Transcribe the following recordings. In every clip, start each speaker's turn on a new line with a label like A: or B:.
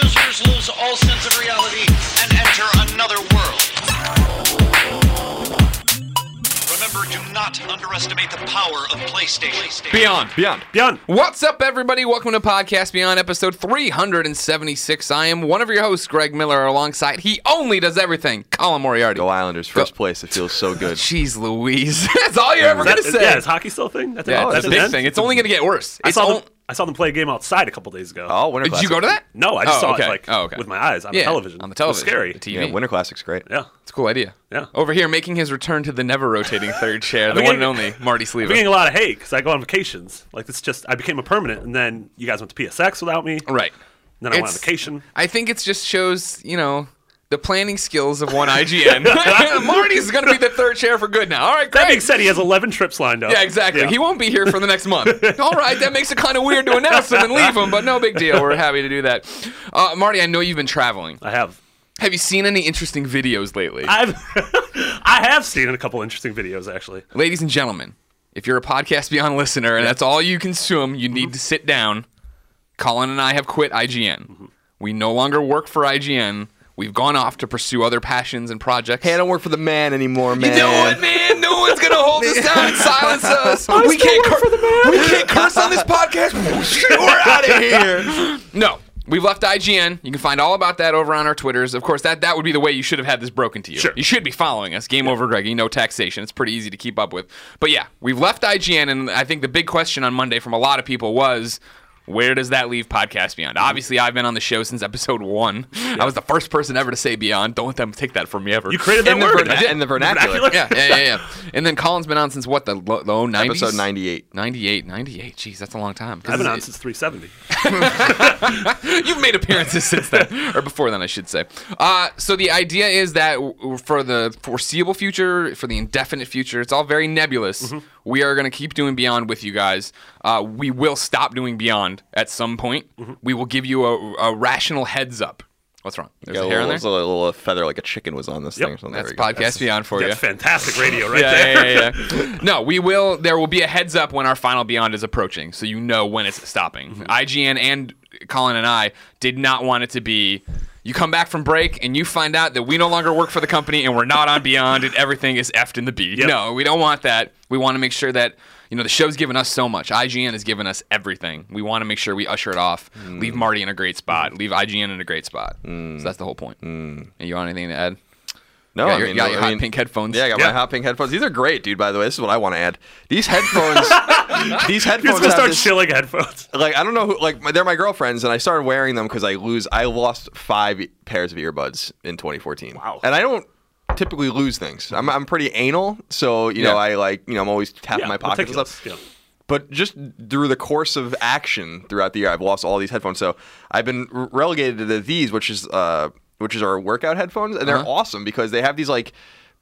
A: lose all sense of reality and enter another world. Remember, do not underestimate the power of PlayStation.
B: Beyond. Beyond.
C: Beyond.
D: What's up, everybody? Welcome to Podcast Beyond, episode 376. I am one of your hosts, Greg Miller, alongside he only does everything, Colin Moriarty.
B: Go Islanders, first place. It feels so good.
D: Jeez Louise. That's all you're ever
C: That,
D: going to say.
C: yeah, is hockey still a thing? That's,
D: Yeah,
C: oh,
D: that's a
C: an
D: big
C: end?
D: thing. It's only going to get worse.
C: I
D: It's
C: saw,
D: on-
C: them, I saw them play a game outside a couple days ago.
B: Oh, Winter
D: Did
B: Classic.
D: you go to that?
C: No, I just
D: Oh,
C: saw
D: okay.
C: it like
D: Oh, okay.
C: with my eyes on
D: Yeah,
C: television.
D: on the
C: It was
D: television,
C: scary.
D: the TV.
B: Yeah, Winter Classic's great.
C: Yeah.
D: It's a cool idea.
C: Yeah.
D: Over here, making his return to the never rotating third chair, the
C: I'm
D: one and
C: getting-
D: only Marty
C: I'm getting
D: Sleeva.
C: a lot of hate because I go on vacations. Like it's just I became a permanent, and then you guys went to PSX without me.
D: Right.
C: And then I went on
D: It's-
C: vacation.
D: I think it just shows, you know, the planning skills of one IGN. Marty's going to be the third chair for good now. All right, great.
C: That being said, he has 11 trips lined up.
D: Yeah, exactly.
C: Yeah.
D: He won't be here for the next month. All right, that makes it kind of weird to announce him and leave him, but no big deal. We're happy to do that. Uh, Marty, I know you've been traveling.
C: I have.
D: Have you seen any interesting videos lately?
C: I've I have seen a couple interesting videos actually.
D: Ladies and gentlemen, if you're a Podcast Beyond listener and that's all you consume, you
C: Mm-hmm.
D: need to sit down. Colin and I have quit IGN.
C: Mm-hmm.
D: We no longer work for IGN. We've gone off to pursue other passions and projects.
B: Hey, I don't work for the man anymore, man.
D: You know it, man. No one's gonna hold us down and silence us. we can't cur- We can't curse on this podcast. We're out of here. No. We've left IGN. You can find all about that over on our Twitters. Of course, that, that would be the way you should have had this broken to you.
C: Sure.
D: You should be following us. Game over, Greggy. No taxation. It's pretty easy to keep up with. But yeah, we've left IGN, and I think the big question on Monday from a lot of people was where does that leave Podcast Beyond? Obviously, I've been on the show since episode one. I was the first person ever to say Beyond. Don't let them take that from me ever.
C: You created that
D: In the
C: word.
D: vernac-
C: man.
B: in the vernacular.
D: yeah, yeah, yeah, yeah. And then Colin's been on since what the low, low 90s?
B: Episode 98.
D: 98, 98. Jeez, that's a long time. 'Cause
C: I've been on
D: it-
C: since 370.
D: You've made appearances since then, or before then, I should say. Uh, so the idea is that w- w- for the foreseeable future, for the indefinite future, it's all very nebulous.
C: Mm-hmm.
D: We are going to keep doing Beyond with you guys. Uh, we will stop doing Beyond at some point.
C: Mm-hmm.
D: We will give you a, a rational heads up. What's wrong? There's
B: Got
D: a
B: a
D: hair
B: little,
D: in there.
B: there's a little feather like a chicken was on this
C: Yep.
B: thing or something.
D: That's
B: There we go.
D: podcast Beyond for you.
C: That's fantastic radio right there.
D: yeah, yeah, yeah, yeah. no, we will. There will be a heads up when our final Beyond is approaching, so you know when it's stopping.
B: Mm-hmm.
D: IGN and Colin and I did not want it to be. You come back from break and you find out that we no longer work for the company and we're not on Beyond and everything is effed in the B.
C: Yep.
D: No, we don't want that. We want to make sure that you know the show's given us so much. IGN has given us everything. We want to make sure we usher it off.
B: Mm.
D: Leave Marty in a great spot. Leave IGN in a great spot. So that's the whole point. And you want anything to add?
B: Mm.
D: You got
B: No, I
D: your-
B: mean,
D: you got
B: I
D: your hot
B: mean-
D: pink headphones.
B: Yeah, I got
C: Yeah.
B: my hot pink headphones. These are great, dude. By the way, this is what I want to add. These headphones. these
C: You're
B: headphones.
C: just gonna
B: have
C: start
B: this-
C: shilling headphones.
B: like I don't know who like my, they're my girlfriends and I started wearing them because I lose I lost five pairs of earbuds in 2014.
C: Wow.
B: And I don't typically lose things. I'm I'm pretty anal, so you know
D: Yeah.
B: I like you know I'm always tapping my pockets and
C: ridiculous.
B: stuff.
C: Yeah.
B: But just through the course of action throughout the year, I've lost all these headphones. So I've been re- relegated to the, these, which is uh which is our workout headphones, and they're
D: Uh-huh.
B: awesome because they have these like.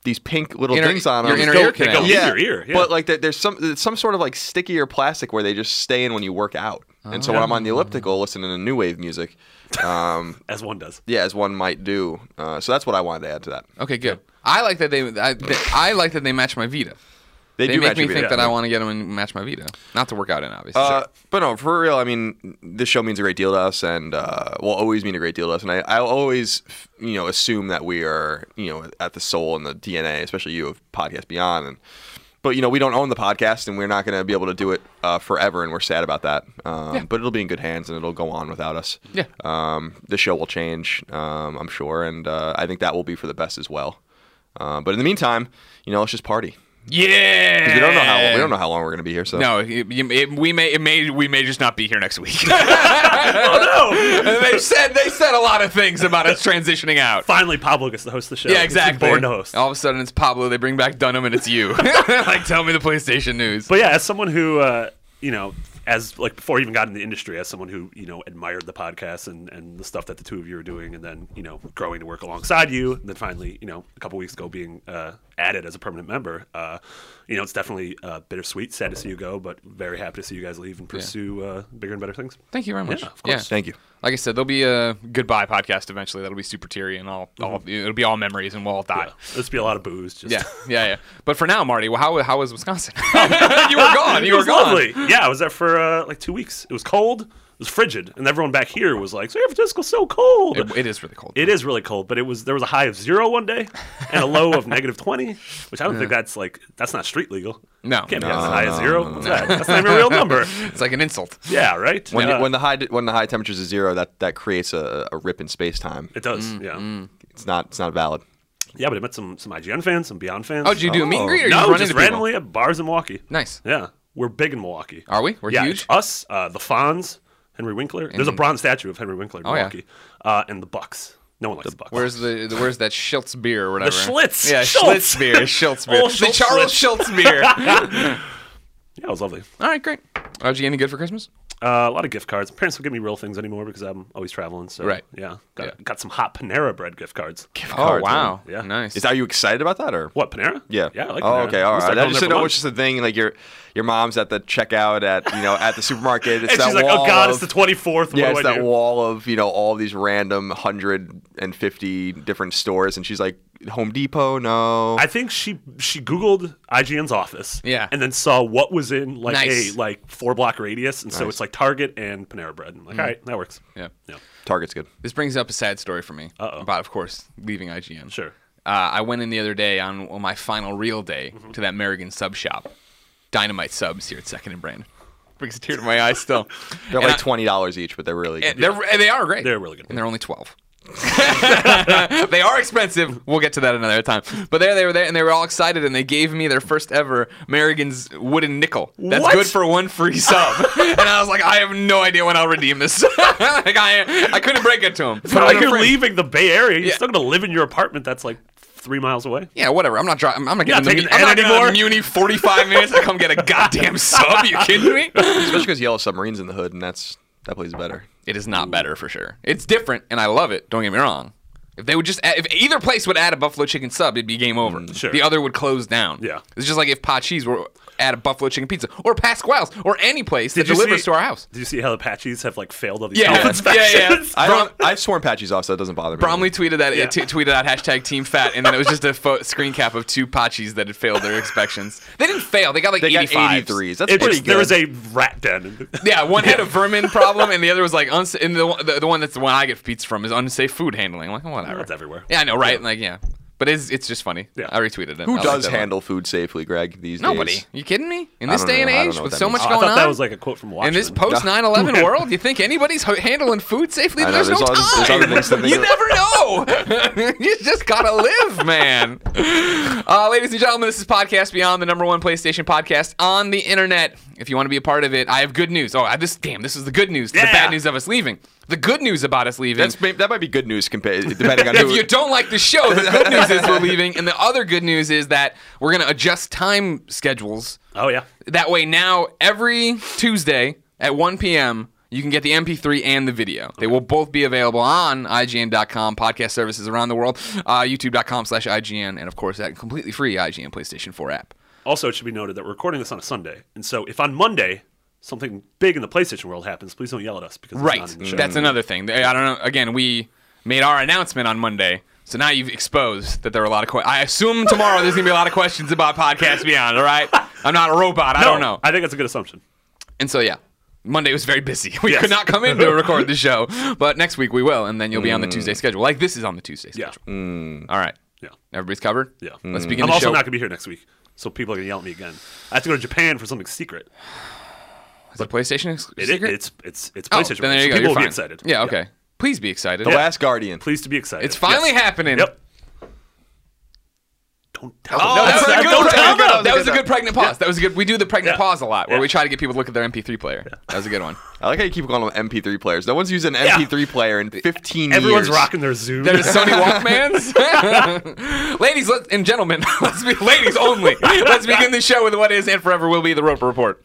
B: These pink little
D: Inner-
B: things on
D: your
B: them.
D: inner
C: Go-
D: ear
C: they go
D: canal.
C: in
B: Yeah,
C: your ear. Yeah.
B: but like there, there's some there's some sort of like stickier plastic where they just stay in when you work out. And so when I'm on the elliptical listening to new wave music, um,
C: as one does.
B: yeah, as one might do. Uh, so that's what I wanted to add to that.
D: Okay, good. I like that they. I, they- I like that they match my Vita.
B: They,
D: They
B: do
D: make
B: match
D: me
B: your
D: think
B: beard.
D: that I want to get them and match my Vita. Not to work out in, obviously.
B: Uh, But no, for real, I mean, this show means a great deal to us, and uh, will always mean a great deal to us. And I, I always, f- you know, assume that we are, you know, at the soul and the DNA, especially you of Podcast Beyond. And but you know, we don't own the podcast, and we're not going to be able to do it uh, forever, and we're sad about that. Um, But it'll be in good hands, and it'll go on without us.
D: Yeah.
B: Um, the show will change, um, I'm sure, and uh, I think that will be for the best as well. Uh, but in the meantime, you know, let's just party.
D: yeah.
B: We don't know how we don't know how long we're going to be here. So
D: No, it, you- it- we may it may we may just not be here next week.
C: Oh no!
D: they said they said a lot of things about us transitioning out.
C: Finally, Pablo gets to host the show.
D: Yeah,
C: He's
D: exactly. Oh.
C: Born to host.
D: All of a sudden, it's Pablo. They bring back Dunham, and it's you. like, tell me the PlayStation news.
C: But yeah, as someone who, uh, you know, as like before I even got in the industry, as someone who you know admired the podcast and and the stuff that the two of you were doing, and then you know growing to work alongside you, and then finally you know a couple weeks ago being uh, added as a permanent member, uh, you know it's definitely uh, bittersweet, sad to see you go, but very happy to see you guys leave and pursue uh, bigger and better things.
D: Thank you very much.
C: Yeah, of course.
B: Thank you.
D: Like I said, there'll be a goodbye podcast eventually. That'll be super teary, and all, all
B: Mm-hmm.
D: it'll be all memories, and we'll all die.
C: Yeah. Let's be a lot of booze. Just
D: Yeah, yeah, yeah. But for now, Marty, well, how how was Wisconsin? Oh, you were gone. You
C: it
D: were
C: was
D: gone.
C: lovely. Yeah, I was there for uh, like two weeks. It was cold. was frigid, and everyone back here was like, "San Francisco's so cold."
D: It, it is really cold.
C: It is really cold, but it was there was a high of zero one day and a low of negative twenty, which I don't think that's like that's not street legal.
D: No.
C: can't be
D: No,
C: as high as zero. What's that? That's not even a real number.
D: it's like an insult.
C: Yeah, right.
B: When,
C: Yeah.
B: when the high when the high temperatures is zero, that that creates a, a rip in space time.
C: it does,
D: Mm,
C: yeah,
B: It's not it's not valid.
C: yeah. But I met some some IGN fans, some Beyond fans. Uh,
D: Oh, did you do a meet and greet or you
C: no,
D: run
C: just
D: into people?
C: randomly at bars in Milwaukee.
D: Nice.
C: Yeah, we're big in Milwaukee.
D: Are we? We're
C: yeah,
D: huge?
C: it's us, uh, the Fonz, Henry Winkler. There's a bronze statue of Henry Winkler in
D: Oh, yeah.
C: Milwaukee, uh, and the Bucks. No one likes the, Bucks.
D: Where's the, the where's that Schiltz beer or whatever?
C: Schlitz.
D: Yeah,
C: Schultz.
D: Schlitz beer. Schiltz beer.
C: Oh,
D: the
C: Schultz.
D: Charles Schiltz beer.
C: yeah, it was lovely.
D: All right, great. Are you any good for Christmas?
C: Uh, a lot of gift cards. Parents don't give me real things anymore because I'm always traveling. So
D: Right.
C: yeah, got,
D: Yeah.
C: got some hot Panera bread gift cards.
D: Oh
B: Cards,
D: wow,
C: man. Yeah.
D: nice.
B: Is are you excited about that or?
C: What Panera?
B: Yeah.
C: yeah. I like
B: oh,
C: Panera.
B: okay. All
C: Looks
B: right.
C: like
B: I just didn't know
C: I'll never
B: which is the thing. Like your your mom's at the checkout at you know at the supermarket. It's
C: lunch. And
B: that
C: she's like,
B: wall
C: "Oh God,
B: of,
C: it's the 24th.
B: yeah,
C: what
B: it's
C: do I
B: that
C: do?
B: wall of you know all these random hundred and fifty different stores, and she's like Home Depot. No,
C: I think she she googled IGN's office,
D: Yeah.
C: and then saw what was in like
D: Nice.
C: a like four block radius, and so it's like Target and Panera Bread. I'm like, all right, that works.
D: Mm-hmm. yeah.
C: Yeah.
B: Target's good.
D: This brings up a sad story for me
C: Uh-oh.
D: about, of course, leaving IGN.
C: Sure.
D: Uh, I went in the other day on, on my final real day
C: Mm-hmm.
D: to that Merrigan sub shop, Dynamite Subs here at Second and Brand. Brings a tear to my eye still.
B: They're
D: And
B: like
D: I-
B: twenty dollars each, but they're really
D: and
B: good.
D: they're, and they are great.
C: They're really good.
D: And they're only 12. they are expensive. We'll get to that another time. But there they were there and they were all excited and they gave me their first ever Merrigan's wooden nickel. That's
C: What?
D: good for one free sub. and I was like, I have no idea when I'll redeem this. like I, I couldn't break it to him.
C: It's not like you're leaving the Bay Area. You're
D: Yeah.
C: still gonna live in your apartment that's like three miles away.
D: Yeah, whatever. I'm not driving. I'm not
C: You're
D: getting
C: not
D: the,
C: taking
D: I'm
C: N
D: not getting
C: anymore?
D: the Muni 45 minutes to come get a goddamn sub. You kidding me?
B: Especially because Yellow Submarine's in the hood, and that's that plays better.
D: It is not better for sure. It's different, and I love it. Don't get me wrong. If they would just, add, if either place would add a buffalo chicken sub, it'd be game over.
C: Sure.
D: The other would close down.
C: Yeah.
D: It's just like if Pachi's were add a buffalo chicken pizza or Pasquale's or any place that
C: you
D: delivers
C: see-
D: to our house.
C: Did you see how the Apaches have like failed all these
D: Yeah.
C: health
D: Yeah,
C: inspections?
D: yeah.
B: I
D: Brom-
B: don't. I've sworn patches off, so that doesn't bother me.
D: Bromley tweeted that uh,
C: Yeah.
D: t- tweeted out hashtag Team Fat, and then it was just a fo- screen cap of two Pachis that had failed their inspections. They didn't fail. They got like
B: They got
D: 85s.
B: 83s. That's
C: It
B: pretty
C: was,
B: good.
C: there was a rat den. in the-
D: Yeah, one had a vermin problem, and the other was like uns- and the, one- the the one that's the one I get pizza from is unsafe food handling. I'm like whatever,
C: That's everywhere.
D: Yeah, I know, right? Like yeah, but it's it's just funny.
C: Yeah.
D: I retweeted it. I
B: Who
D: liked
B: does
D: it a lot.
B: handle food safely, Greg? These
D: Nobody.
B: days,
D: You kidding me? In
B: I
D: this
B: don't
D: day
B: know.
D: and
B: I don't
D: age,
B: know what
D: with
B: that
D: so much
B: means.
C: Oh, I
D: going
C: thought
D: on
C: that was like a quote from Watchmen.
D: in Uh-huh. this post 9/11 world, you think anybody's ho- handling food safely?
B: I know,
D: there's,
B: there's
D: no
B: all-
D: time.
B: there's other things to think
D: you
B: of.
D: never know. you just gotta live, man. Uh, ladies and gentlemen, this is Podcast Beyond, the number one PlayStation podcast on the internet. If you want to be a part of it, I have good news. Oh, I this damn, this is the good news. to The
C: Yeah.
D: bad news of us leaving. The good news about us leaving.
B: That's may- that might be good news compared depending on
D: if
B: who.
D: you don't like the show, the good news is we're leaving, and the other good news is that we're gonna adjust time schedules
C: Oh yeah.
D: that way, now every Tuesday at 1 p.m., you can get the MP3 and the video. They will both be available on IGN.com, podcast services around the world, uh, YouTube.com slash IGN, and of course, that completely free IGN PlayStation 4 app.
C: Also, it should be noted that we're recording this on a Sunday, and so if on Monday something big in the PlayStation world happens, please don't yell at us because it's
D: Right.
C: not in the show.
D: That's another thing. They- I don't know. Again, we made our announcement on Monday. So now you've exposed that there are a lot of questions. I assume tomorrow there's going to be a lot of questions about Podcast Beyond, all right? I'm not a robot. I
C: No,
D: don't know.
C: I think that's a good assumption.
D: And so, yeah, Monday was very busy. We
C: Yes.
D: could not come in to record the show, but next week we will, and then you'll be on the Tuesday schedule, like this is on the Tuesday
C: Mm. Yeah.
D: schedule. All right.
C: Yeah.
D: Everybody's covered?
C: Yeah.
D: Let's begin
C: I'm
D: the
C: also
D: show.
C: not going to be here next week, so people are going to yell at me again. I have to go to Japan for something secret.
D: Is it PlayStation ex-
C: It,
D: secret?
C: it's it's it's
D: oh,
C: PlayStation.
D: then there you
C: so
D: go.
C: People
D: You're
C: will
D: fine.
C: be excited.
D: Yeah, okay. Please be excited.
B: the Last Guardian.
C: Please to be excited.
D: It's finally happening.
C: Yep. Don't tell.
B: Oh,
C: them.
D: That was,
B: That's
D: a
B: a
D: good,
B: good
D: pre-
B: one.
D: that was
B: That was
D: a
B: a
D: good pregnant pause. That was a good. We do the pregnant
C: Yeah.
D: pause a lot, where
C: Yeah.
D: we try to get people to look at their MP3 player. That was a good one.
B: I like how you keep calling them MP3 players. No one's used an MP3 player in 15 years.
C: Everyone's rocking their Zoom.
D: There's Sony Walkmans. ladies let, and gentlemen, let's be ladies only. Let's begin the show with what is and forever will be the Roper Report.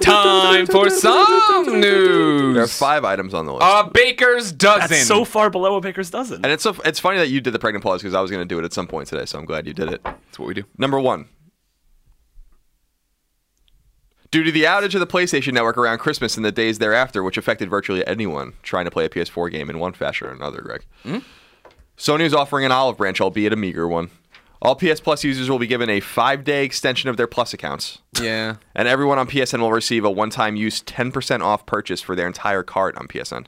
D: Time for some
B: There are
D: news.
B: five items on the list.
D: A baker's dozen.
C: That's so far below a baker's dozen.
B: and it's so, it's funny that you did the pregnant pause because I was going to do it at some point today, so I'm glad you did it.
D: That's what we do.
B: Number one. Due to the outage of the PlayStation Network around Christmas and the days thereafter, which affected virtually anyone trying to play a PS4 game in one fashion or another, Greg, Sony is offering an olive branch, albeit a meager one. All PS Plus users will be given a five day extension of their Plus accounts.
D: Yeah.
B: And everyone on PSN will receive a one time use 10% off purchase for their entire cart on PSN.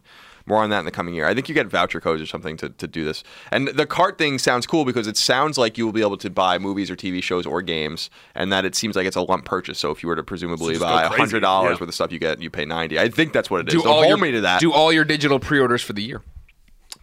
B: More on that in the coming year. I think you get voucher codes or something to, to do this. And the cart thing sounds cool because it sounds like you will be able to buy movies or TV shows or games, and that it seems like it's a lump purchase. So if you were to presumably
C: So just
B: buy
C: go crazy,
B: $100 worth
C: yeah.
B: of stuff, you get you pay 90 I think that's what it is.
D: Do
B: Don't
D: all
B: hold
D: your
B: me to that.
D: do all your digital pre-orders for the year.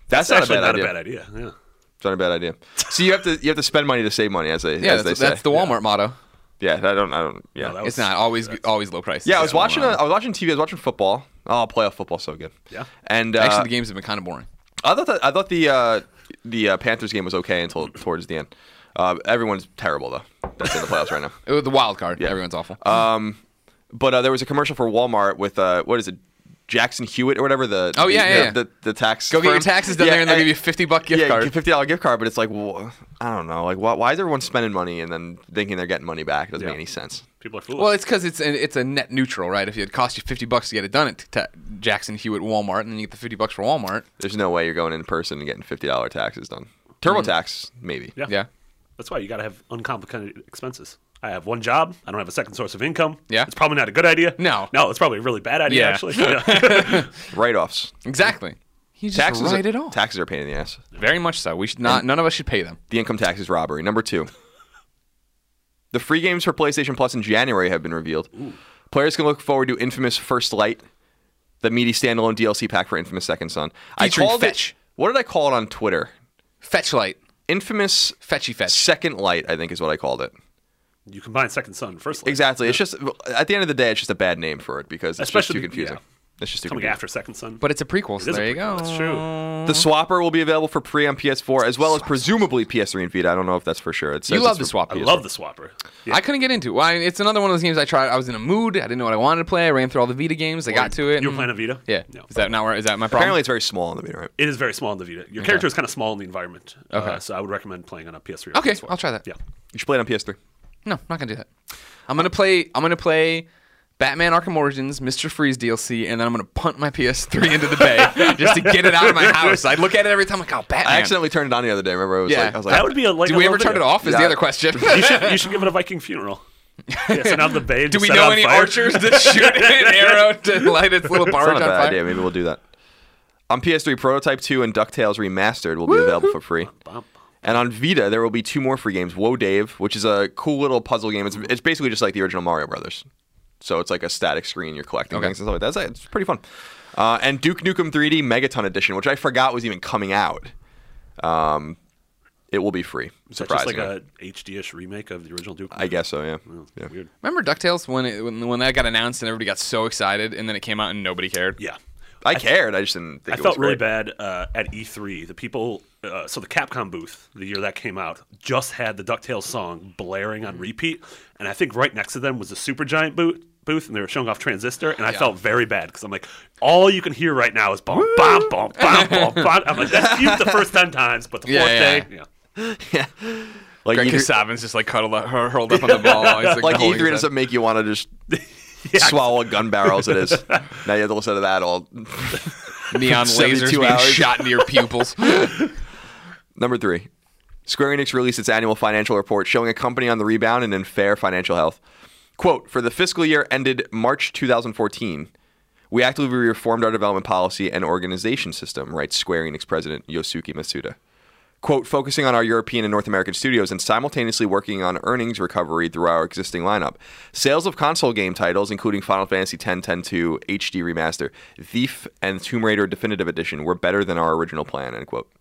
B: that's,
C: It's actually
B: not, a bad,
C: not
B: idea.
C: a bad idea. Yeah.
B: It's not a bad idea. So you have to you have to spend money to save money, as they
D: Yeah,
B: as they
D: that's,
B: say.
D: that's the Walmart motto.
B: yeah, I don't I don't yeah.
C: No, that
D: It's
C: was-
D: not always always low price.
B: Yeah, I was watching. A, I was watching TV. I was watching football. Oh, playoff football's so good.
C: Yeah.
B: And uh,
D: Actually, the games have been kind of boring.
B: I thought that, I thought the uh, the uh, Panthers game was okay until towards the end. Uh, everyone's terrible though. That's in the playoffs right now.
D: It was the wild card. Everyone's awful.
B: But uh, there was a commercial for Walmart with uh, what is it, Jackson Hewitt or whatever the
D: Oh, yeah,
B: the,
D: yeah, yeah.
B: the, the tax
D: Go get your
B: firm.
D: taxes done
B: Yeah,
D: there, and they'll
B: I-
D: give you a fifty buck gift
B: yeah,
D: card.
B: fifty dollar gift card, but it's like, wh- I don't know, like why, why is everyone spending money and then thinking they're getting money back? It doesn't
C: Yeah.
B: make any sense.
C: People are foolish.
D: Well, it's because it's an, it's a net neutral, right? If it cost you fifty bucks to get it done at ta- Jackson Hewitt Walmart, and then you get the fifty bucks for Walmart,
B: There's no way you're going in person and getting fifty dollar taxes done. TurboTax, maybe.
C: yeah.
D: Mm-hmm. yeah.
C: That's why you got to have uncomplicated expenses. I have one job. I don't have a second source of income.
D: Yeah.
C: It's probably not a good idea.
D: No.
C: No, it's probably a really bad idea,
D: Yeah.
C: actually. Yeah.
B: Write offs.
D: exactly. You just
B: Taxes
D: write
B: are,
D: it off.
B: Taxes are a pain in the ass.
D: Very much so. We should not. None of us should pay them.
B: The income tax is robbery. Number two, the free games for PlayStation Plus in January have been revealed. Players can look forward to Infamous First Light, the meaty standalone DLC pack for Infamous Second Son.
D: Featuring
B: I called
D: fetch.
B: it. What did I call it on Twitter?
D: Fetch light.
B: Infamous
D: Fetchy fetch.
B: Second Light, I think is what I called it.
C: you combine second son and first. light.
B: Exactly. It's just at the end of the day, it's just a bad name for it because it's
C: Especially-
B: just too confusing. It's just too
C: Coming
B: confusing.
C: after second son.
D: But it's a prequel, so
C: is a
D: there you go.
C: prequel, that's true.
B: The Swapper will be available for pre on PS4 as well as presumably PS3 and Vita. I don't know if that's for sure. It says
D: You love the
B: it's for
D: swap.
C: I
D: PS4.
C: love the swapper. Yeah.
D: I couldn't get into. it. Well, I- it's another one of those games I tried. I was in a mood. I didn't know what I wanted to play. I ran through all the Vita games. I got to it.
C: You were
D: and-
C: playing a Vita?
D: Yeah.
C: No.
D: Is that not where? Is that my problem?
B: Apparently, it's very small in the Vita, right?
C: It is very small in the Vita. Your character is kind of small in the environment. Okay.
D: Okay.
C: so I would recommend playing on a PS3. Or
D: Okay,
C: PS4.
D: I'll try that.
C: Yeah.
B: You should play it on PS3.
D: No, not gonna do that. I'm gonna play. I'm gonna play Batman: Arkham Origins, Mister Freeze DLC, and then I'm gonna punt my PS3 into the bay just to get it out of my house. I look at it every time like, oh, Batman.
B: I accidentally turned it on the other day. Remember, it was
D: Yeah.
B: like, I was like,
C: That would be a like.
D: Do
C: a
D: we
C: little
D: ever turn it
C: video.
D: off? Is the
B: Yeah.
D: other question.
C: You should, you should give it a Viking funeral. Yeah, send out the bay. and
D: do
C: just
D: we
C: set it
D: know
C: on
D: any
C: fire.
D: archers to shoot an arrow to light its little
B: it's
D: barge
B: not a
D: on
B: bad
D: fire?
B: idea. Maybe we'll do that. On PS3, Prototype 2 and DuckTales Remastered will be available for free.
C: Bump.
B: And on Vita, there will be two more free games Whoa Dave, which is a cool little puzzle game. It's, it's basically just like the original Mario Brothers. So it's like a static screen. You're collecting
D: Okay.
B: things and stuff like that. It's, like- it's pretty fun. Uh, and Duke Nukem 3D Megaton Edition, which I forgot was even coming out. Um, it will be free.
C: Is that just like
B: Surprisingly. I
C: a Oh. HD-ish remake of the original Duke?
B: guess so, yeah. yeah.
C: Weird.
D: Remember Ducktales when it, when when that got announced and everybody got so excited and then it came out and nobody cared.
C: Yeah.
B: I cared. I just didn't think
C: I
B: it
C: felt
B: was
C: really
B: great.
C: bad uh, at E3. The people, uh, so the Capcom booth, the year that came out, just had the DuckTales song blaring
B: Mm-hmm.
C: on repeat. And I think right next to them was the Supergiant booth. Booth and they were showing off Transistor, and I felt very bad because I'm like, all you can hear right now is bomb, bomb, bomb, bomb, bomb, bomb. I'm like, that's cute the first ten times, but the
D: Yeah,
C: fourth
D: yeah.
C: day, yeah.
B: Like,
D: Greg
B: either-
D: Kasavin's just like cuddled up, hur- hurled up on the ball. He's
B: like
D: holding
B: E3
D: his head.
B: doesn't make you want to just swallow a gun barrel as it is. now you have to listen to that all.
D: neon lasers
B: 72
D: being
B: hours.
D: shot into your pupils.
B: Number three, Square Enix released its annual financial report showing a company on the rebound and in fair financial health. Quote, for the fiscal year ended March 2014, we actively reformed our development policy and organization system, writes Square Enix president Yosuke Matsuda. Quote, focusing on our European and North American studios and simultaneously working on earnings recovery through our existing lineup. Sales of console game titles, including Final Fantasy X, X 2, HD Remaster, Thief, and Tomb Raider Definitive Edition, were better than our original plan, end quote.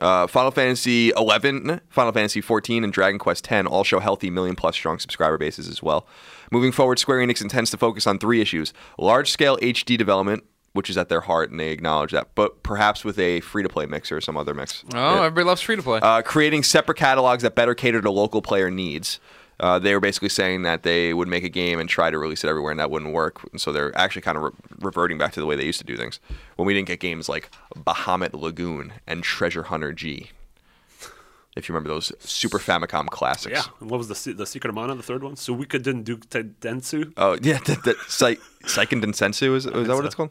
B: Uh, Final Fantasy 11, Final Fantasy 14, and Dragon Quest 10 all show healthy million plus strong subscriber bases as well. Moving forward, Square Enix intends to focus on three issues: large scale HD development, which is at their heart, and they acknowledge that, but perhaps with a free to play mix or some other mix.
D: Oh, everybody loves free to play.
B: Uh, creating separate catalogs that better cater to local player needs. Uh, they were basically saying that they would make a game and try to release it everywhere, and that wouldn't work. And so they're actually kind of re- reverting back to the way they used to do things when we didn't get games like Bahamut Lagoon and Treasure Hunter G. If you remember those Super Famicom classics.
C: Yeah. And what was the se- the Secret of Mana, the third one? So we could then do Densu.
B: Oh yeah, that, that Psy- Psychoned and Sensu is, is that what it's called?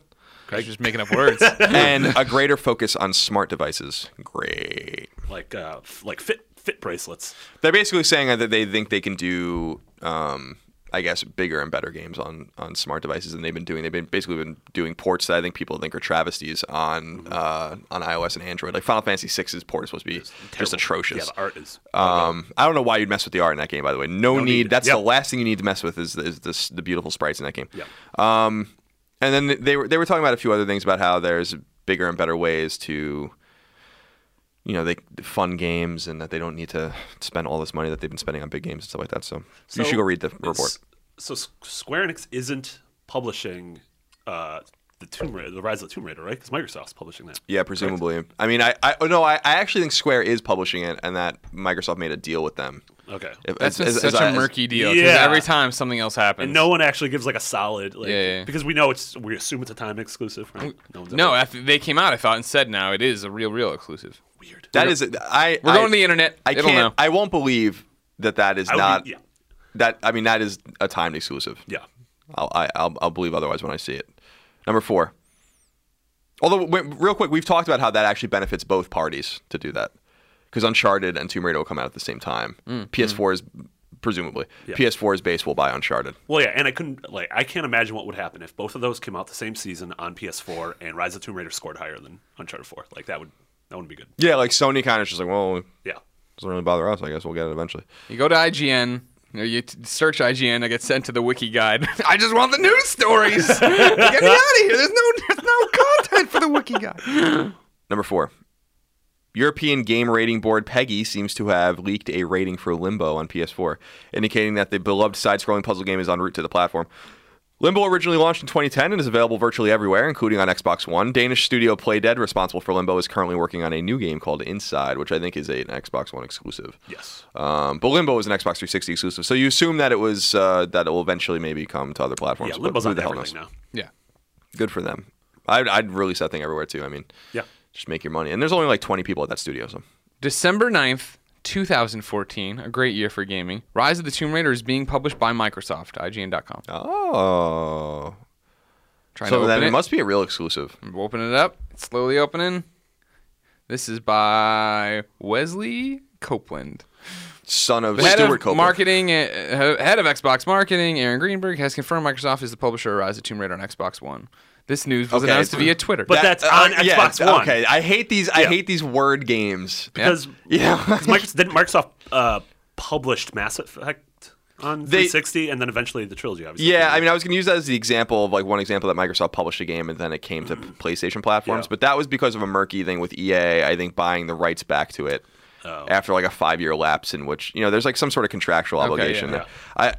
D: You're just making up words.
B: and a greater focus on smart devices. Great.
C: like uh, f- like fit fit bracelets.
B: They're basically saying that they think they can do, um, I guess, bigger and better games on on smart devices than they've been doing. They've been basically been doing ports that I think people think are travesties
C: Mm-hmm.
B: on uh, on iOS and Android. Like Final Fantasy VI's port is supposed to be just
C: Terrible. Yeah,
B: atrocious.
C: the art is.
B: um, I don't know why you'd mess with the art in that game. By the way, no, need.
C: need.
B: That's
C: Yep.
B: the last thing you need to mess with is, is this, the beautiful sprites in that game.
C: yeah.
B: And then they were they were talking about a few other things about how there's bigger and better ways to, you know, they fun games and that they don't need to spend all this money that they've been spending on big games and stuff like that. So, you should go read the report.
C: S- So S- Square Enix isn't publishing uh, the Tomb Raider, the Rise of the Tomb Raider, right? Because Microsoft's publishing that.
B: Yeah, presumably. I mean, I, I oh, no, I, I actually think Square is publishing it, and that Microsoft made a deal with them.
C: Okay.
B: If-
D: That's been
B: as- as-
D: such
B: as
D: a
B: I- as-
D: murky deal. 'cause
C: Yeah.
D: Every time something else happens.
C: and no one actually gives like a solid, like,
D: Yeah, yeah, yeah.
C: because we know it's we assume it's a time exclusive. Right?
B: Mm.
C: No, one's
D: No,
C: ever-
D: after they came out, I thought, and said now it is a real, real exclusive.
C: weird.
B: that is, I.
D: We're
B: I-
D: going to the internet.
B: I
D: It'll
B: can't.
D: know.
B: I won't believe that that is
C: I would be-
B: not.
C: yeah.
B: That I mean, that is a timed exclusive.
C: Yeah.
B: I'll, I, I'll, I'll believe otherwise when I see it. Number four. Although, wait, real quick, we've talked about how that actually benefits both parties to do that, because Uncharted and Tomb Raider will come out at the same time. PS4 is presumably
C: Yeah.
B: PS4's base will buy Uncharted.
C: Well, yeah, and I couldn't like I can't imagine what would happen if both of those came out the same season on PS4 and Rise of the Tomb Raider scored higher than Uncharted 4. Like that would that wouldn't be good.
B: Yeah, like Sony kind of just like, well, it
C: Yeah.
B: doesn't really bother us. I guess we'll get it eventually.
D: You go to IGN. You, know, you t- search IGN. I get sent to the wiki guide. I just want the news stories. get me out of here. There's no, there's no content for the wiki guide.
B: Number four. European Game Rating Board PEGI seems to have leaked a rating for Limbo on PS4, indicating that the beloved side scrolling puzzle game is en route to the platform. Limbo originally launched in 2010 and is available virtually everywhere, including on Xbox One. Danish studio Playdead, responsible for Limbo, is currently working on a new game called Inside, which I think is a, an Xbox One exclusive.
C: Yes.
B: Um, but Limbo is an Xbox 360 exclusive, so you assume that it was uh, that it will eventually maybe come to other platforms.
C: Yeah,
B: but
C: Limbo's
B: who
C: on
B: the hell
C: everything
B: knows?
C: now.
D: Yeah.
B: Good for them. I'd, I'd release that thing everywhere too. I mean,
C: Yeah.
B: just make your money. And there's only like 20 people at that studio, so
D: December 9th, 2014. A great year for gaming. Rise of the Tomb Raider is being published by Microsoft. IGN.com.
B: Oh.
D: Trying
B: so
D: to
B: then
D: open
B: it,
D: it.
B: must be a real exclusive.
D: Open it up. It's slowly opening. This is by Wesley Copeland.
B: Son of
D: The head
B: Stuart
D: of
B: Copeland.
D: marketing, uh, head of Xbox marketing, Aaron Greenberg, has confirmed Microsoft is the publisher of Rise of Tomb Raider on Xbox One. This news was
B: Okay.
D: announced via Twitter.
C: But
B: That-
C: that's on
B: Uh, yeah,
C: Xbox One.
B: Okay, I hate these I
C: Yeah.
B: hate these word games.
C: Because
B: Yeah.
C: Because Microsoft, didn't Microsoft uh, published Mass Effect on
B: They-
C: 360, and then eventually the trilogy, obviously.
B: Yeah, I mean, I was going to use that as the example of like one example that Microsoft published a game and then it came to PlayStation platforms,
C: Mm. Yeah.
B: but that was because of a murky thing with EA, I think, buying the rights back to it
C: Oh.
B: after like a five year lapse in which, you know, there's like some sort of contractual
D: yeah,
B: obligation
D: yeah.
B: there. I,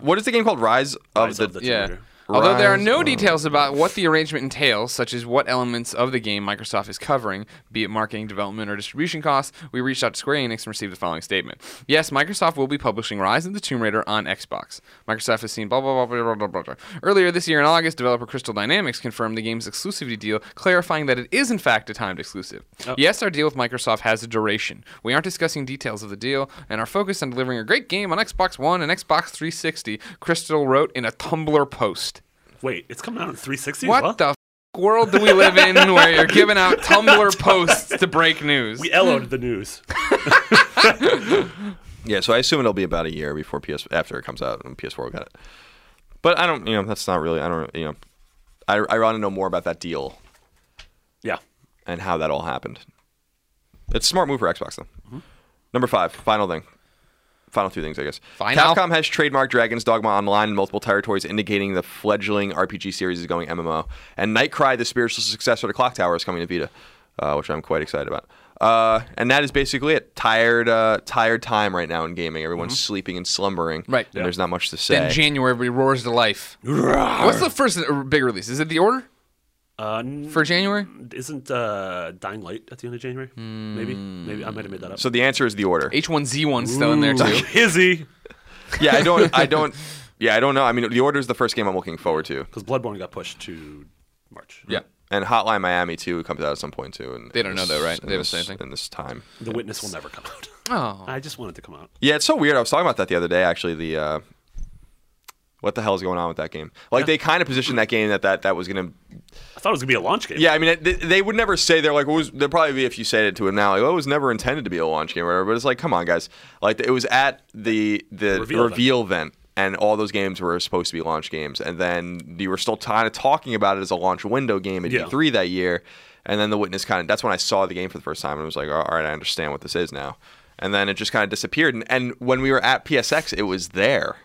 B: what is the game called? Rise of
C: Rise
B: the.
C: of the Tomb
D: yeah.
C: Raider.
D: Although there are
B: Rise
D: no
B: of-
D: details about what the arrangement entails, such as what elements of the game Microsoft is covering, be it marketing, development, or distribution costs, we reached out to Square Enix and received the following statement. Yes, Microsoft will be publishing Rise of the Tomb Raider on Xbox. Microsoft has seen blah, blah, blah, blah, blah, blah, blah. Earlier this year in August, developer Crystal Dynamics confirmed the game's exclusivity deal, clarifying that it is, in fact, a timed exclusive. Yes, our deal with Microsoft has a duration. We aren't discussing details of the deal and are focused on delivering a great game on Xbox One and Xbox 360, Crystal wrote in a Tumblr post.
C: Wait, it's coming out on 360
D: What
C: as well?
D: the f- world do we live in where you're giving out Tumblr posts to break news?
C: We elbowed the news.
B: Yeah, so I assume it'll be about a year before PS after it comes out and PS4 will get it. But I don't, you know, that's not really. I don't, you know, I I want to know more about that deal
C: Yeah.
B: and how that all happened. It's a smart move for Xbox though.
D: Mm-hmm.
B: Number five, final thing. Final two things, I guess.
D: Final.
B: Capcom has trademarked Dragon's Dogma online in multiple territories, indicating the fledgling RPG series is going MMO. And Nightcry, the spiritual successor to Clock Tower, is coming to Vita, uh, which I'm quite excited about. Uh, and that is basically it. Tired, uh, tired time right now in gaming. Everyone's sleeping and slumbering.
D: Mm-hmm. Right.
B: And there's not much to say.
D: Then January, everybody roars to life. What's the first uh, big release? Is it The Order
C: Uh, n-
D: for January?
C: isn't uh, Dying Light at the end of January? Maybe. Maybe. I might have made that up.
B: so the answer is the order.
D: H1Z1's still in there, too.
C: Hizzy.
B: yeah, I don't. I don't. Yeah, I don't know. I mean, the order is the first game I'm looking forward to.
C: Because Bloodborne got pushed to March.
B: Yeah. And Hotline Miami too comes out at some point too. And
D: They don't know, though, right?
B: in
D: They haven't
B: this-
D: said anything.
B: in this time.
C: The Witness will never come out.
D: Oh.
C: I just want it to come out.
B: Yeah, it's so weird. I was talking about that the other day. Actually, the uh, what the hell is going on with that game? Like they kind of positioned that game that that, that was gonna
C: thought it was gonna be a launch game.
B: Yeah, I mean, it, they- they would never say they're like. What was, there'd probably be if you said it to him now. Like, oh, it was never intended to be a launch game or whatever. But it's like, come on, guys. Like it was at the the
C: Reveal
B: reveal,
C: event.
B: event. and all those games were supposed to be launch games. And then you were still kind of talking about it as a launch window game at
C: Yeah.
B: E3 that year. And then the witness kind of that's when I saw the game for the first time and was like, all right, I understand what this is now. And then it just kind of disappeared. And, and when we were at PSX, it was there.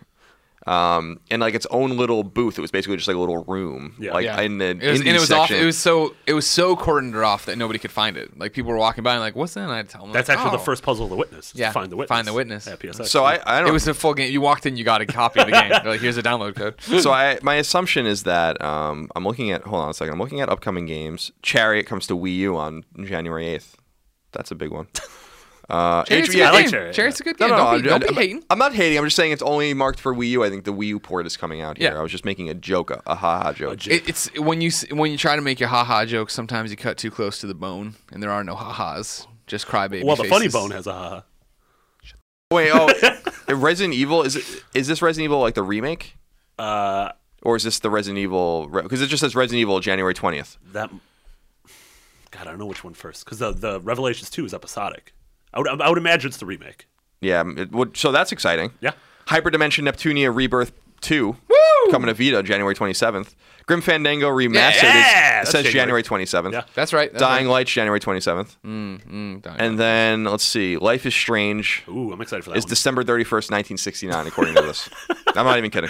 B: Um, in like its own little booth, it was basically just like a little room,
C: Yeah.
B: like
D: Yeah.
B: in the
D: it was,
B: indie
D: and it was off.
B: section.
D: It was so it was so cordoned off that nobody could find it. Like people were walking by and like, what's that? And I'd tell them
C: That's
D: like,
C: actually
D: "Oh."
C: the first puzzle of the witness. is to
D: Yeah,
C: Find the witness.
D: find the witness.
C: At PSX.
B: So I, I don't.
D: It was a full game. You walked in, you got a copy of the game. They're like, here's a download code.
B: so I, my assumption is that um, I'm looking at. Hold on a second. I'm looking at upcoming games. Chariot comes to Wii U on January 8th. That's a big one. Uh,
D: Chariot's a
B: HBO
D: good
C: I like
D: game.
C: Chariot,
D: Chariot's a good
B: No,
D: game.
B: no,
D: don't
B: no,
D: be, don't
B: I'm,
D: be
B: I'm-
D: hating.
B: I'm not hating. I'm just saying it's only marked for Wii U. I think the Wii U port is coming out here.
D: Yeah.
B: I was just making a joke, a, a haha joke.
C: joke.
D: It, it's when you s- when you try to make your haha jokes. Sometimes you cut too close to the bone, and there are no hahas. Just crybaby.
C: well, the funny
D: faces.
C: bone has a haha.
B: Wait, oh, Resident Evil is it, is this Resident Evil like the remake,
C: Uh,
B: or is this the Resident Evil? Because it just says Resident Evil January 20th.
C: that. God, I don't know which one first because the the Revelations two is episodic. I would I would imagine it's the remake.
B: Yeah, it would, so that's exciting.
C: Yeah.
B: Hyperdimension Neptunia Rebirth 2. Coming to Vita January 27th. Grim Fandango Remastered
C: Yeah,
B: is,
C: that's
B: says
C: January.
B: January 27th.
C: Yeah. Mm-hmm.
D: That's right. That's
B: Dying
D: right.
B: Lights January 27th.
D: Mm, dying.
B: And then, let's see, Life is Strange
C: Ooh, I'm excited for that.
B: is
C: one.
B: December 31st, 1969, according to this. I'm not even kidding.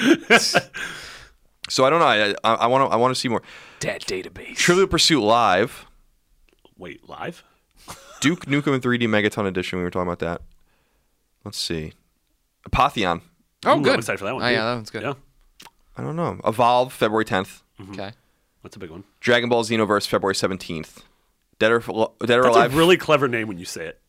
B: So I don't know. I- I I want to I want to see more.
D: dead database.
B: Trivial Pursuit Live,
C: Wait, live?
B: Duke Nukem 3D Megaton Edition. We were talking about that. Let's see, Apotheon.
D: Oh,
C: Ooh,
D: good.
C: I'm excited for that one.
D: Oh,
C: too.
D: yeah, that one's good.
C: Yeah,
B: I don't know. Evolve February 10th.
D: Okay.
C: that's a big one.
B: Dragon Ball Xenoverse February 17th. Dead or, Dead or
C: That's
B: Alive
C: a really clever name when you say it.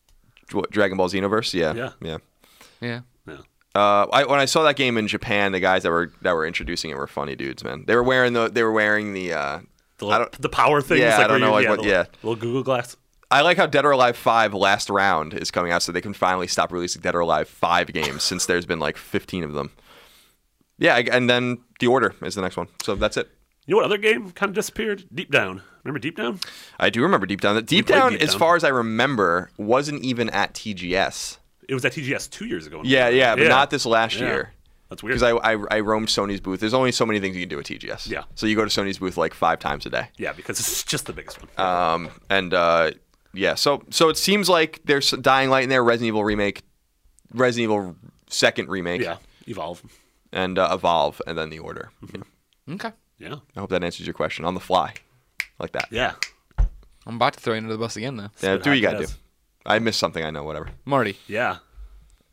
B: what, Dragon Ball Xenoverse, yeah.
C: Yeah. Mm-hmm.
D: Yeah.
C: Yeah.
B: Uh, I, when I saw that game in Japan, the guys that were that were introducing it were funny dudes, man. They were wearing the they were wearing the uh,
C: The,
B: I
C: little,
B: don't
C: the power thing.
B: Yeah,
C: is
B: I
C: like
B: don't
C: where
B: know,
C: you,
B: like,
C: yeah,
B: what-
C: the little Google Glass.
B: I like how Dead or Alive 5 Last Round is coming out so they can finally stop releasing Dead or Alive 5 games since there's been like 15 of them. Yeah, I- and then The Order is the next one. So that's it.
C: You know what other game kind of disappeared? Deep Down. Remember Deep Down?
B: I do remember Deep Down. That Deep
C: played
B: Down,
C: Deep
B: as
C: Down.
B: far as I remember, wasn't even at TGS.
C: It was at TGS two years ago.
B: Yeah, yeah, but
C: Yeah.
B: not this last
C: Yeah.
B: year.
C: That's weird.
B: Because I, I I roamed Sony's booth. There's only so many things you can do at TGS.
C: Yeah.
B: So you go to Sony's booth like five times a day.
C: yeah, because it's just the biggest one.
B: Um and uh yeah. So so it seems like there's Dying Light in there, Resident Evil remake, Resident Evil second remake,
C: yeah, Evolve.
B: and uh, Evolve, and then The Order. Yeah.
D: Okay.
C: Yeah,
B: I hope that answers your question on the fly, like that.
C: yeah.
D: I'm about to throw you under the bus again, though.
B: Yeah,
C: what
B: do what you
C: hockey
B: gotta do.
C: does.
B: I missed something. I know. Whatever.
D: Marty.
C: Yeah.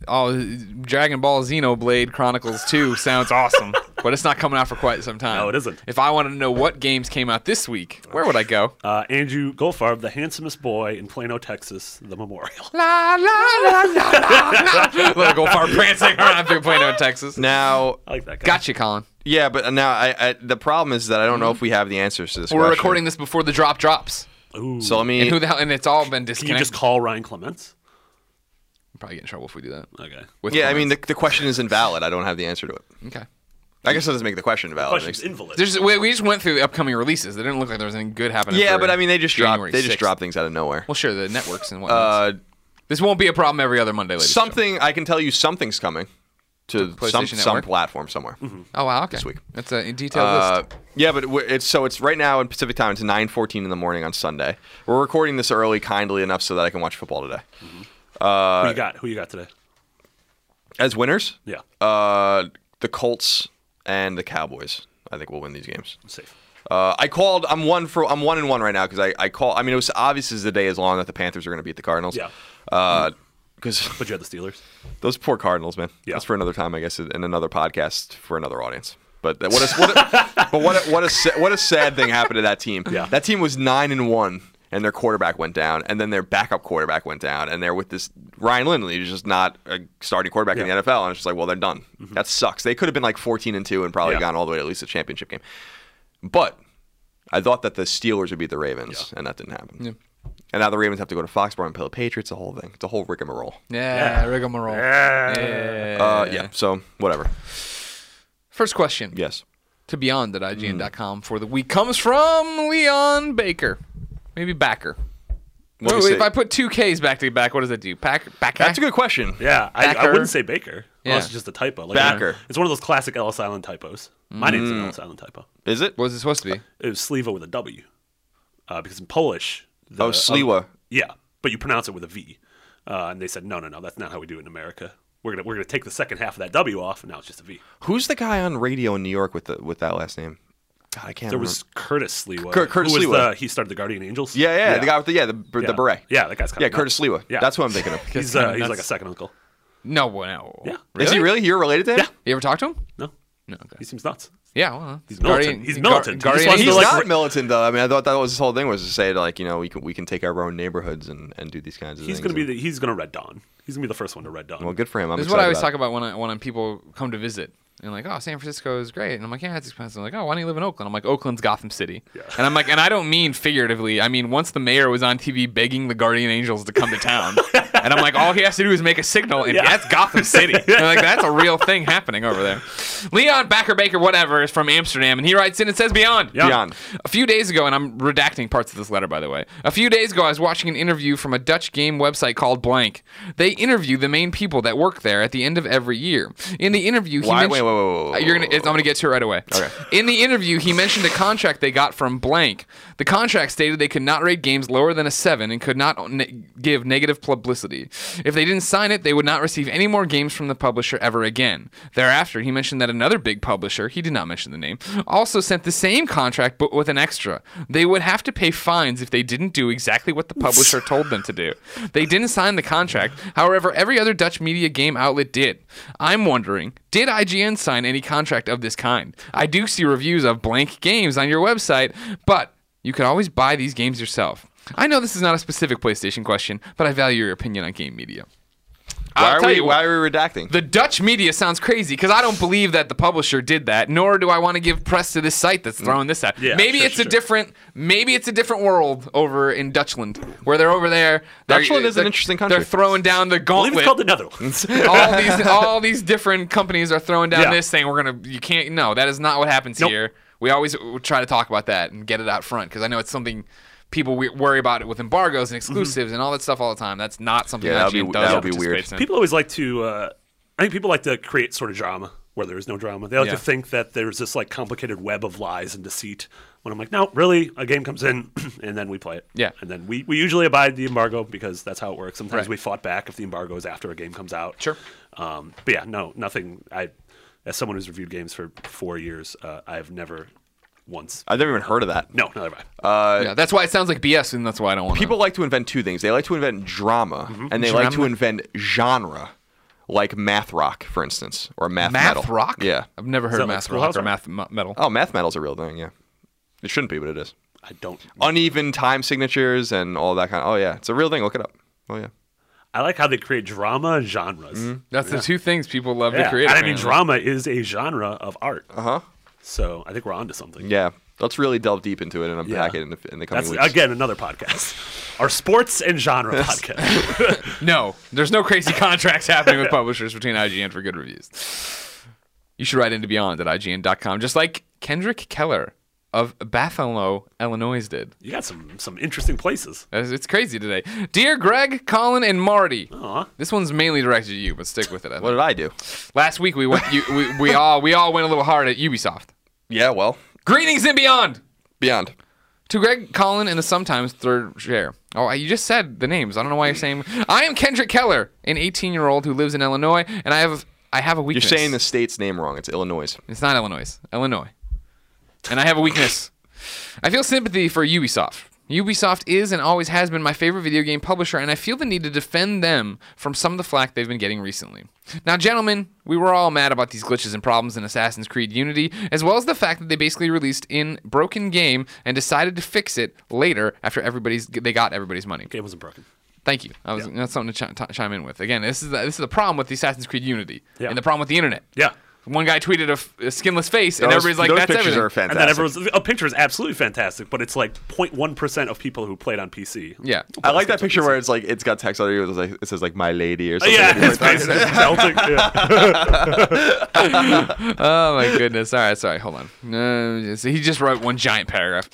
D: Oh, Dragon Ball Xenoblade Chronicles 2 sounds awesome, but it's not coming out for quite some time.
C: No, it isn't.
D: If I wanted to know what games came out this week, where would I go?
C: Uh, Andrew Goldfarb, the handsomest boy in Plano, Texas, the memorial.
D: la la la la la. la. Little go far prancing around through Plano, Texas.
B: Now,
C: I like that guy.
D: Gotcha, Colin.
B: yeah, but now I, I the problem is that I don't know if we have the answers to this.
D: We're
B: question.
D: recording this before the drop drops,
C: Ooh.
B: So let me.
D: and who the hell? And it's all been
C: Can you
D: disconnected.
C: just call Ryan Clements?
D: I'm probably get in trouble if we do that.
C: Okay.
D: With
B: yeah, I mean
D: comments.
B: the, the question is invalid. I don't have the answer to it.
D: okay.
B: I guess that doesn't make the question valid.
C: Question's Oh, invalid.
D: There's we, we just went through the upcoming releases. There didn't look like there was anything good happening.
B: yeah,
D: for
B: but I mean they just drop
D: January
B: they just
D: 6th.
B: drop things out of nowhere.
D: Well, sure, the networks and whatnot.
B: Uh,
D: this won't be a problem every other Monday. Ladies and gentlemen.
B: something I can tell you something's coming to some
D: PlayStation
B: some
D: Network?
B: platform somewhere.
D: Oh wow, okay.
B: week.
D: That's a detailed
B: Uh,
D: list.
B: yeah, but we're- it's so it's right now in Pacific time. It's nine fourteen in the morning on Sunday. We're recording this early, kindly enough, so that I can watch football today.
C: who you got? Who you got today?
B: As winners,
C: Yeah.
B: uh, the Colts and the Cowboys. I think will win these games.
C: safe.
B: Uh, I called. I'm one for. I'm one and one right now because I, I call. I mean, it was obvious as the day is long that the Panthers are going to beat the Cardinals. Uh,
C: Yeah.
B: Because
C: But you had the Steelers.
B: those poor Cardinals, man.
C: Yeah.
B: That's for another time, I guess, and another podcast for another audience. But that- what a, what a, but what a, what a sa- what a sad thing happened to that team.
C: Yeah.
B: That team was nine and one, and their quarterback went down, and then their backup quarterback went down, and they're with this Ryan Lindley, who's just not a starting quarterback
C: Yeah.
B: in
C: Mm-hmm.
B: the NFL, and it's just like, well, they're done. That sucks. They could have been like fourteen and two and probably
C: Yeah.
B: gone all the way to at least a championship game. But I thought that the Steelers would beat the Ravens, and that didn't happen. And now the Ravens have to go to Foxborough and play the Patriots. The whole thing. It's a whole rigmarole.
D: Yeah, rigmarole.
C: Yeah.
D: Yeah.
B: Uh, yeah. So whatever.
D: First question.
B: Yes.
D: to beyond at
B: Hmm.
D: IGN.com for the week comes from Leon Baker. Maybe Backer.
B: Let me
D: Wait,
B: see.
D: if I put two Ks back to back, what does that do? Pack, back,
B: That's a good question.
C: Yeah, I, I
D: Backer.
C: wouldn't say Baker.
D: Yeah.
C: Unless it's just a typo. Like,
B: Backer.
C: It's one of those classic Ellis Island typos. My name's an Ellis Island typo.
B: Is it?
D: What was it supposed to be?
C: It was Sliwa with a W. Uh, because in Polish. The, um,
B: Oh, Sliwa.
C: yeah, but you pronounce it with a V. Uh, and they said, no, no, no, that's not how we do it in America. We're going to we're gonna take the second half of that W off, and now it's just a V.
B: Who's the guy on radio in New York with the with that last name? God, I can't.
C: There
B: remember.
C: was Curtis Sliwa.
B: Cur- Curtis
C: who was
B: Sliwa.
C: The, he started the Guardian Angels.
B: Yeah, yeah, the guy with the yeah the, b-
C: Yeah.
B: the beret.
C: Yeah, that guy's kind
B: yeah,
C: of
B: Curtis Lewa.
C: Yeah.
B: that's what I'm thinking of.
C: He's,
D: That's
C: uh,
D: kinda
C: he's like a
D: nuts.
C: second uncle.
D: No, no.
C: Yeah.
B: Is he really? You're related to him?
C: Yeah.
D: You ever talk to him?
C: No,
D: No. Okay.
C: he seems nuts.
D: Yeah. Well,
C: He's militant. He's militant. He just wants
D: Guardian
C: to,
B: He's
D: Angels.
C: like,
B: not
C: re-
B: militant though. I mean, I thought that was his whole thing was to say like you know we can we can take our own neighborhoods and, and do these kinds of
C: He's
B: things.
C: going to be
B: and-
C: the, he's going to Red Dawn. He's going to be the first one to Red Dawn.
B: well, good for him. I'm
D: This is what I always
B: excited
D: talk about when I, when people come to visit. And like, oh, San Francisco is great. And I'm like, yeah, it's expensive. I'm like, oh, why don't you live in Oakland? I'm like, Oakland's Gotham City. And I'm like, and I don't mean figuratively. I mean, once the mayor was on TV begging the Guardian Angels to come to town, and I'm like, all he has to do is make a signal, and
C: Yeah.
D: that's Gotham City. And I'm like, that's a real thing happening over there. Leon Backer Baker, whatever, is from Amsterdam, and he writes in and says, Beyond.
C: Yeah.
B: Beyond.
D: A few days ago, and I'm redacting parts of this letter, by the way. A few days ago, I was watching an interview from a Dutch game website called Blank. They interview the main people that work there at the end of every year. In the interview, he
B: Why-
D: mentioned-
B: wait, wait, wait, wait,
D: Uh, You're gonna. it's- I'm gonna get to it right away.
B: Okay.
D: In the interview, he mentioned a contract they got from Blank. The contract stated they could not rate games lower than a seven and could not ne- give negative publicity. If they didn't sign it, they would not receive any more games from the publisher ever again. Thereafter, he mentioned that another big publisher, he did not mention the name, also sent the same contract but with an extra. They would have to pay fines if they didn't do exactly what the publisher told them to do. They didn't sign the contract. However, every other Dutch media game outlet did. I'm wondering, did IGN sign any contract of this kind? I do see reviews of blank games on your website, but you can always buy these games yourself. I know this is not a specific PlayStation question, but I value your opinion on game media.
B: Why
D: I'll
B: are
D: tell
B: we
D: you
B: why are we redacting?
D: the Dutch media sounds crazy because I don't believe that the publisher did that, nor do I want to give press to this site that's throwing this out.
C: Yeah,
D: maybe
C: sure,
D: it's
C: sure,
D: a
C: sure.
D: different, maybe it's a different world over in Dutchland where they're over there. they're-
B: Dutchland is an
D: they're-
B: interesting country.
D: They're throwing down the
C: I believe it's
D: gauntlet.
C: called the Netherlands.
D: all these, all these different companies are throwing down
C: Yeah.
D: this thing. We're gonna, you can't. No, that is not what happens
C: Nope.
D: here. We always uh, try to talk about that and get it out front because I know it's something. People we worry about it with embargoes and exclusives and all that stuff all the time. That's not something that
B: Yeah, that'd be-
D: IGN does
B: that
D: or
B: would be weird.
D: participates in.
C: People always like to. Uh, I think people like to create sort of drama where there is no drama. They like
D: Yeah.
C: to think that there's this like complicated web of lies and deceit. When I'm like, no, really, a game comes in and then we play it.
D: Yeah.
C: and then we, we usually abide the embargo because that's how it works. Sometimes
D: Right.
C: we fought back if the embargo is after a game comes out.
D: Sure.
C: Um, but yeah, no, nothing. I, as someone who's reviewed games for four years, uh, I've never once.
B: I've never even heard of that.
C: no, never.
D: yeah, that's why it sounds like BS, and that's why I don't want
B: People like to invent two things. They like to invent drama, and they like to
D: Drama.
B: invent genre, like math rock, for instance, or math,
D: math
B: metal.
D: rock.
B: Yeah.
D: I've never heard
C: that
D: of
C: like
D: math rock
C: Schoolhouse
D: or
C: Rock?
D: math m- metal.
B: Oh, math metal's a real thing. Yeah, it shouldn't be, but it is.
C: I don't.
B: Uneven time signatures and all that kind. of... Oh yeah, it's a real thing. Look it up. Oh yeah.
C: I like how they create drama genres.
D: That's the two things people love to
C: Yeah.
D: create.
C: And I mean,
D: apparently.
C: drama is a genre of art. Uh huh. So I think we're onto something.
B: Uh-huh. Yeah, let's really delve deep into it and unpack
C: Yeah.
B: it in the, in the coming
C: That's
B: weeks.
C: again another podcast. Our sports and genre podcast.
D: No, there's no crazy contracts happening with publishers between IGN for good reviews. You should write into Beyond at IGN.com, just like Kendrick Keller of Buffalo, Illinois, did.
C: You got some some interesting places.
D: That's- It's crazy today. Dear Greg, Colin, and Marty.
C: Aw.
D: This one's mainly directed to you, but stick with it. I think.
B: What did I do?
D: Last week we went, you, we, we all we all went a little hard at Ubisoft.
B: Yeah, well,
D: Greetings and Beyond.
B: beyond.
D: To Greg Collin and the sometimes third chair. Oh, you just said the names. I don't know why you're saying. I am Kendrick Keller, an 18 year old who lives in Illinois, and I have I have a
B: You're
D: weakness.
B: saying the state's name wrong. It's Illinois.
D: It's not Illinois. Illinois. And I have a weakness. I feel sympathy for Ubisoft. Ubisoft is and always has been my favorite video game publisher, and I feel the need to defend them from some of the flack they've been getting recently. Now, gentlemen, we were all mad about these glitches and problems in Assassin's Creed Unity, as well as the fact that they basically released in broken game and decided to fix it later after everybody's they got everybody's money.
C: Game wasn't broken.
D: Thank you. I was, That's something to chi- t- chime in with. Again, this is the, this is the problem with the Assassin's Creed Unity
C: Yeah.
D: and the problem with the internet
C: Yeah.
D: One guy tweeted a f- a, skinless face, and
B: Those-
D: everybody's like,
B: those
D: "That's
B: pictures
D: everything."
B: are fantastic.
C: And then everyone's a picture is absolutely fantastic, but it's like 0.1 percent of people who played on PC.
D: Yeah.
B: I like that picture where it's like it's got text under it. It, was like, it says like my lady or something.
C: Uh, Yeah, it's
B: It's like,
C: basically Celtic. Yeah.
D: Oh my goodness! All right, sorry. Hold on. Uh, so he just wrote one giant paragraph.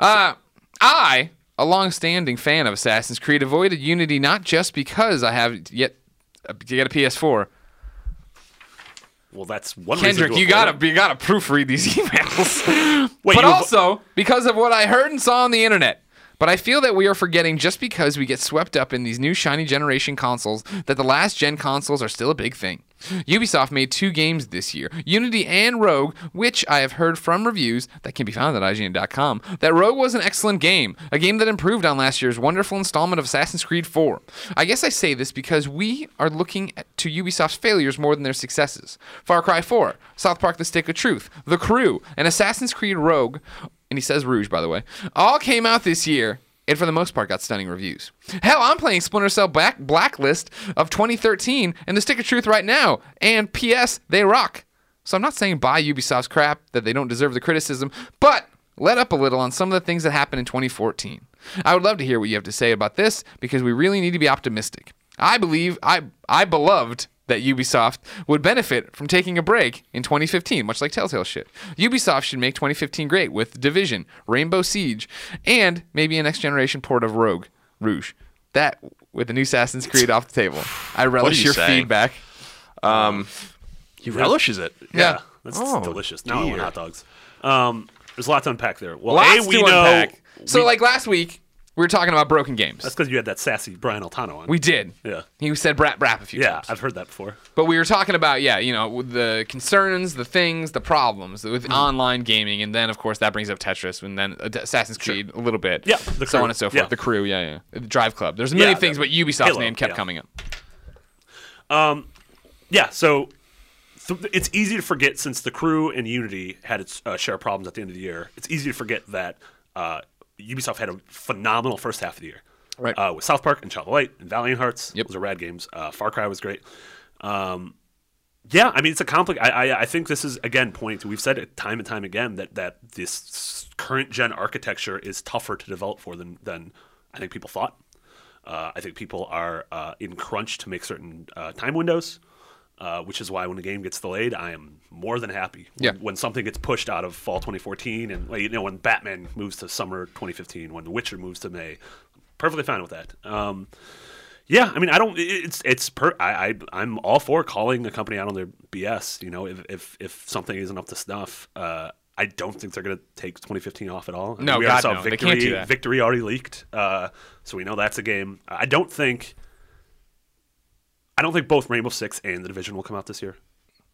D: Uh, I, a long-standing fan of Assassin's Creed, avoided Unity not just because I have yet you got a PS4.
C: Well, that's one. reason
D: Kendrick,
C: to
D: you
C: avoid
D: gotta
C: it.
D: you gotta proofread these emails.
C: Wait,
D: but
C: you avo-
D: also because of what I heard and saw on the internet. But I feel that we are forgetting just because we get swept up in these new shiny generation consoles that the last gen consoles are still a big thing. Ubisoft made two games this year, Unity and Rogue, which I have heard from reviews that can be found at IGN.com that Rogue was an excellent game, a game that improved on last year's wonderful installment of Assassin's Creed 4. I guess I say this because we are looking at, to Ubisoft's failures more than their successes. Far Cry 4, South Park The Stick of Truth, The Crew, and Assassin's Creed Rogue, and he says Rouge, by the way, all came out this year. And for the most part, got stunning reviews. Hell, I'm playing Splinter Cell Black- Blacklist of 2013 and The Stick of Truth right now. And P.S. They rock. So I'm not saying buy Ubisoft's crap that they don't deserve the criticism, but let up a little on some of the things that happened in 2014. I would love to hear what you have to say about this because we really need to be optimistic. I believe I I beloved that Ubisoft would benefit from taking a break in 2015, much like Telltale shit. Ubisoft should make 2015 great with Division, Rainbow Siege, and maybe a next generation port of Rogue Rouge. That with the new Assassin's Creed off the table. I relish
B: you
D: your
B: saying?
D: feedback.
B: he relishes it.
C: Yeah, that's
B: Oh,
C: delicious. Now I want hot dogs. Um, there's a lot to unpack there. Well,
D: Lots
C: a, we
D: to
C: know
D: unpack. So,
C: we-
D: like last week, we were talking about broken games.
C: that's because you had that sassy Brian Altano on.
D: we did.
C: Yeah.
D: He said brap brap a few
C: yeah,
D: times.
C: I've heard that before.
D: But we were talking about, yeah, you know, with the concerns, the things, the problems with
C: Mm-hmm.
D: online gaming. And then, of course, that brings up Tetris and then Assassin's Creed a little bit.
C: Yeah,
D: So
C: the
D: on
C: crew.
D: and so forth.
C: Yeah.
D: The crew, yeah, yeah. The Drive Club. There's many
C: Yeah,
D: things,
C: the-
D: but Ubisoft's
C: Halo,
D: name kept
C: yeah.
D: coming up.
C: Yeah, so th- it's easy to forget since the crew and Unity had its uh, share of problems at the end of the year. It's easy to forget that uh, Ubisoft had a phenomenal first half of the year.
D: Right.
C: Uh, with South Park and Child of Light and Valiant Hearts.
D: Yep.
C: Those are rad games. Uh, Far Cry was great. Um, yeah, I mean, it's a complex. I, I, I think this is, again, pointing to, we've said it time and time again that, that this s- current gen architecture is tougher to develop for than, than I think people thought. Uh, I think people are uh, in crunch to make certain uh, time windows, uh, which is why when a game gets delayed, I am more than happy.
D: Yeah.
C: When, when something gets pushed out of fall 2014, and like, you know when Batman moves to summer 2015, when The Witcher moves to May, perfectly fine with that. Um, yeah, I mean, I don't. it- It's it's per. I, I I'm all for calling a company out on their BS. You know, if if, if something isn't up to snuff, uh, I don't think they're gonna take 2015 off at all. I mean,
D: No,
C: we already
D: God,
C: saw
D: no. They
C: Victory,
D: can't do that.
C: Victory already leaked, uh, so we know that's a game. I don't think. I don't think both Rainbow Six and The Division will come out this year.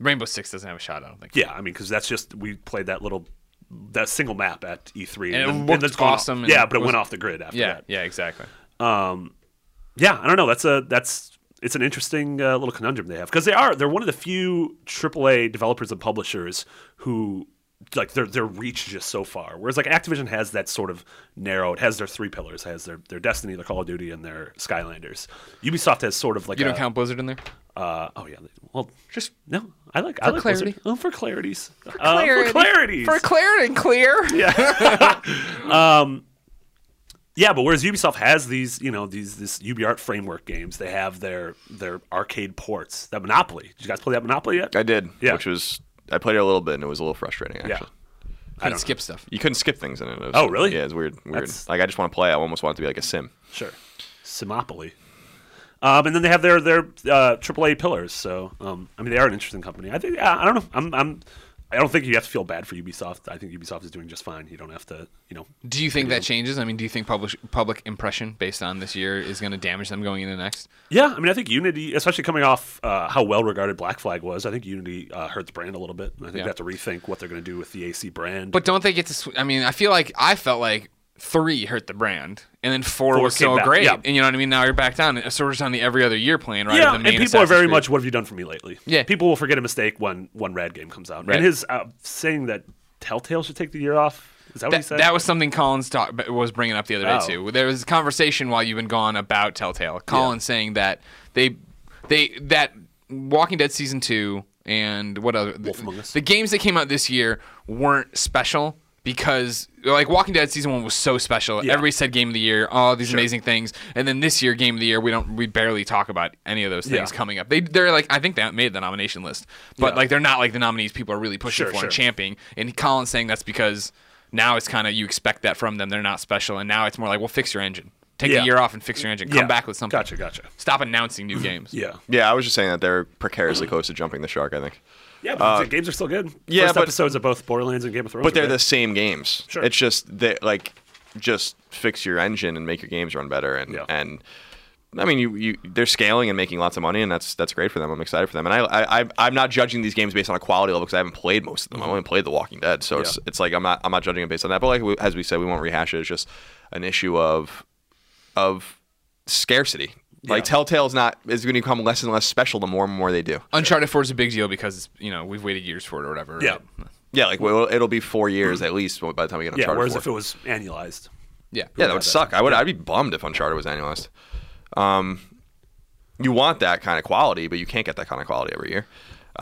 D: Rainbow Six doesn't have a shot, I don't think.
C: Yeah, I mean, because that's just we played that little that single map at E3,
D: And it
C: then-
D: looked
C: it's gone off-
D: awesome and
C: yeah, but it
D: was-
C: went off the grid after
D: Yeah,
C: that.
D: yeah, exactly.
C: yeah, I don't know. That's a that's it's an interesting uh, little conundrum they have because they are they're one of the few AAA developers and publishers who like their their reach is just so far. Whereas like Activision has that sort of narrow. It has their three pillars. It has their their Destiny, their Call of Duty, and their Skylanders. Ubisoft has sort of like
D: You
C: a-
D: don't count Blizzard in there?
C: Uh, oh yeah, well
D: Just
C: no, I like I like Blizzard.
D: clarity.
C: Oh, for clarities Uh, for clarity for clarities
D: For clarity and clear.
C: Yeah, but whereas Ubisoft has these, you know, these this UbiArt framework games, they have their their arcade ports. That Monopoly. Did you guys play that Monopoly yet?
B: I did.
C: Yeah.
B: Which was I played it a little bit and it was a little frustrating actually.
C: yeah.
D: I
C: don't
D: skip stuff.
B: You couldn't skip things in it. It was-
C: Oh, really?
B: Yeah, it's weird. Weird.
C: That's-
B: Like I just want to play. it. I almost want it to be like a sim.
C: Sure. Simopoly. Um, and then they have their their uh, AAA pillars. So um, I mean, they are an interesting company. I think I I don't know. I'm, I'm I don't think you have to feel bad for Ubisoft. I think Ubisoft is doing just fine. You don't have to, you know.
D: Do you think that changes? I mean, do you think public public impression based on this year is going to damage them going into next?
C: Yeah, I mean, I think Unity, especially coming off uh, how well regarded Black Flag was, I think Unity uh, hurt the brand a little bit. And I think
D: Yeah.
C: they have to rethink what they're going to do with the AC brand.
D: But don't they get to? Sw- I mean, I feel like I felt like three hurt the brand, and then four,
C: Four
D: was
C: came
D: so
C: back,
D: great,
C: yeah.
D: and you know what I mean. Now you're back down, uh, so we're just on the every other year plan, right?
C: Yeah, and people are very much, "What have you done for me lately?"
D: Yeah.
C: people will forget a mistake when one rad game comes out.
D: Right.
C: And his uh, saying that Telltale should take the year off is that what he
D: That,
C: said?
D: that was something Collins talk, b- was bringing up the other day
C: Oh.
D: too. There was a conversation while you've been gone about Telltale. Collins saying that they they that Walking Dead season two and what other
C: Wolf Among Us.
D: the games that came out this year weren't special because like Walking Dead season one was so special.
C: Yeah.
D: Everybody said game of the year, all these amazing things, and then this year game of the year we don't we barely talk about any of those things
C: Yeah.
D: coming up. They they're like I think they made the nomination list, but
C: Yeah.
D: like they're not like the nominees people are really pushing
C: Sure,
D: for
C: sure.
D: and championing. And Colin's saying that's because now it's kind of you expect that from them. They're not special, and now it's more like well fix your engine, take
C: Yeah.
D: a year off and fix your engine, come
C: Yeah.
D: back with something.
C: Gotcha, gotcha.
D: Stop announcing new games.
C: Yeah.
B: Yeah, I was just saying that they're precariously close to jumping the shark. I think.
C: Yeah, but the games are still good.
B: yeah,
C: Uh, First
B: but-
C: episodes of both Borderlands and Game of Thrones.
B: But
C: are
B: they're
C: great.
B: the same games.
C: Sure.
B: It's just that like just fix your engine and make your games run better and
C: Yeah.
B: and I mean you, you they're scaling and making lots of money and that's that's great for them. I'm excited for them. And I I I'm- I'm not judging these games based on a quality level because I haven't played most of them. I only played The Walking Dead, so it's
C: Mm-hmm. Yeah.
B: it's like I'm not I'm not judging them based on that. But like we, as we said, we won't rehash it. It's just an issue of of scarcity. Like
C: Yeah.
B: Telltale's not is going to become less and less special the more and more they do.
D: Uncharted 4 is a big deal because it's, you know we've waited years for it or whatever.
C: Yeah.
B: Yeah, like well, it'll be four years at least by the time we get
C: Yeah,
B: Uncharted.
C: whereas
B: 4.
C: if it was annualized.
D: yeah,
B: Yeah, that
C: about
B: would
C: that.
B: suck. I would. I'd be bummed if Uncharted was annualized. Um, you want that kind of quality, but you can't get that kind of quality every year.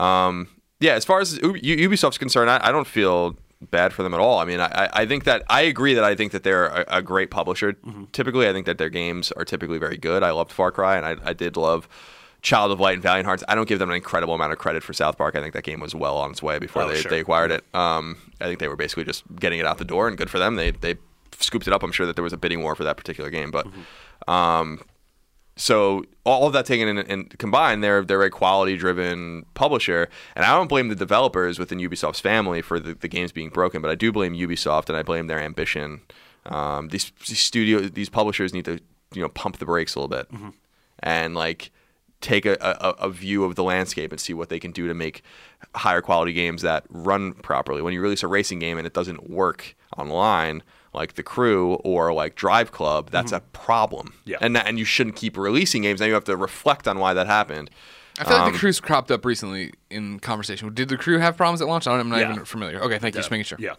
B: Um, yeah, as far as U- U- Ubisoft's concerned, I, I don't feel bad for them at all. I mean, I, I- I think that I agree that I think that they're a, a great publisher.
C: Mm-hmm.
B: Typically, I think that their games are typically very good. I loved Far Cry, and I, I did love. Child of Light and Valiant Hearts. I don't give them an incredible amount of credit for South Park. I think that game was well on its way before
C: Oh,
B: they,
C: sure.
B: they acquired it. Um, I think they were basically just getting it out the door, and good for them. They they scooped it up. I'm sure that there was a bidding war for that particular game, but
C: Mm-hmm.
B: um, so all of that taken in, in combined, they're they're a quality driven publisher, and I don't blame the developers within Ubisoft's family for the, the games being broken, but I do blame Ubisoft and I blame their ambition. Um, these, these studio these publishers need to you know pump the brakes a little bit and like take a, a, a view of the landscape and see what they can do to make higher quality games that run properly. When you release a racing game and it doesn't work online, like The Crew or like Drive Club, that's a problem.
C: Yeah.
B: And that, and you shouldn't keep releasing games. Now you have to reflect on why that happened.
D: I feel
C: Um,
D: like the crew's cropped up recently in conversation. Did the crew have problems at launch? I don't, I'm not
C: Yeah.
D: even familiar. Okay, thank you. Just making sure.
C: Yeah.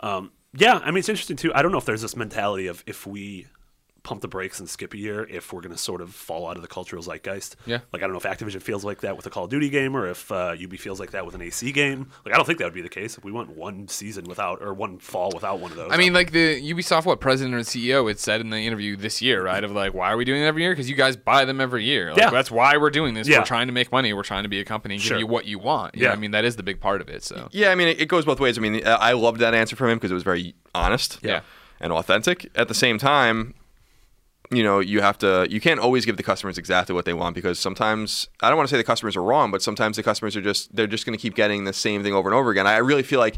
C: Um, yeah, I mean, it's interesting, too. I don't know if there's this mentality of if we pump the brakes and skip a year, if we're going to sort of fall out of the cultural zeitgeist.
D: Yeah.
C: Like, I don't know if Activision feels like that with a Call of Duty game or if uh, UB feels like that with an AC game. Like, I don't think that would be the case if we went one season without or one fall without one of those.
D: I mean, like the Ubisoft, what president or CEO had said in the interview this year, right? Of like, why are we doing it every year? Because you guys buy them every year. Like,
C: Yeah.
D: That's why we're doing this.
C: Yeah.
D: We're trying to make money. We're trying to be a company and
C: Sure.
D: give you what you want. You know
C: Yeah.
D: what I mean, that is the big part of it. So
B: Yeah, I mean, it, it goes both ways. I mean, I I loved that answer from him because it was very honest
D: Yeah.
B: and authentic. At the same time, you know, you have to, you can't always give the customers exactly what they want because sometimes, I don't want to say the customers are wrong, but sometimes the customers are just, they're just going to keep getting the same thing over and over again. I really feel like.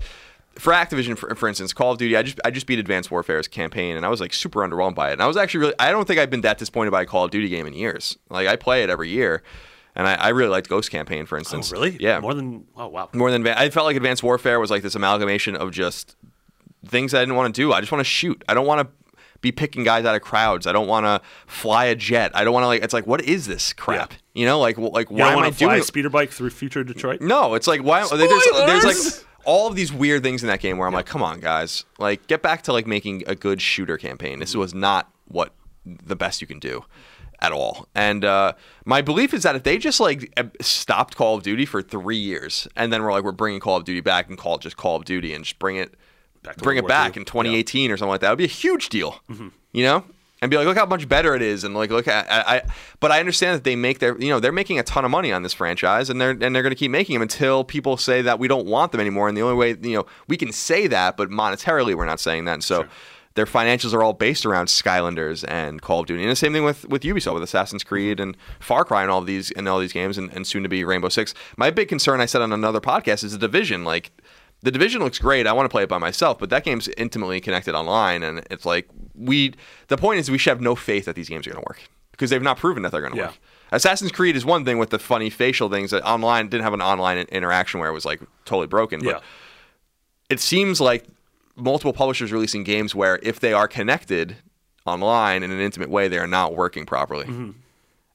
B: For Activision, for, for instance, Call of Duty, I just I just beat Advanced Warfare's campaign, and I was like super underwhelmed by it. And I was actually really I don't think I've been that disappointed by a Call of Duty game in years. Like I play it every year, and I, I really liked Ghost Campaign, for
C: oh,
B: instance.
C: really?
B: Yeah,
C: More than, oh, wow.
B: more than I felt like Advanced Warfare was like this amalgamation of just things I didn't want to do. I just want to shoot. I don't want to be picking guys out of crowds. I don't want to fly a jet. I don't want to like. It's like what is this crap?
C: Yeah.
B: You know, like wh- like
C: You
B: why
C: don't
B: am I
C: want to fly
B: doing?
C: a speeder bike through future Detroit?
B: no, it's like why there's, there's
D: Spoilers!
B: like all of these weird things in that game where I'm like, come on, guys, like get back to like making a good shooter campaign. This was not what the best you can do at all. And uh, my belief is that if they just like ab- stopped Call of Duty for three years and then we're like, we're bringing Call of Duty back and call it just Call of Duty and just bring it
C: Back to
B: bring it
C: World War Mm-hmm.
B: back
C: II.
B: in 2018 or something like that. It would be a huge deal, you know? And be like, look how much better it is, and like, look, I, I, I. But I understand that they make their, you know, they're making a ton of money on this franchise, and they're and they're going to keep making them until people say that we don't want them anymore. And the only way, you know, we can say that, but monetarily, we're not saying that. And so, their financials are all based around Skylanders and Call of Duty. And the same thing with, with Ubisoft with
C: Mm-hmm.
B: Assassin's Creed and Far Cry and all these and all these games and, and soon to be Rainbow Six. My big concern I said on another podcast is the division. Like the division looks great. I want to play it by myself, but that game's intimately connected online and it's like we the point is we should have no faith that these games are gonna work. Because they've not proven that they're gonna
C: Yeah.
B: work. Assassin's Creed is one thing with the funny facial things that online didn't have an online interaction where it was like totally broken.
C: Yeah.
B: But it seems like multiple publishers releasing games where if they are connected online in an intimate way, they are not working properly.
C: Mm-hmm.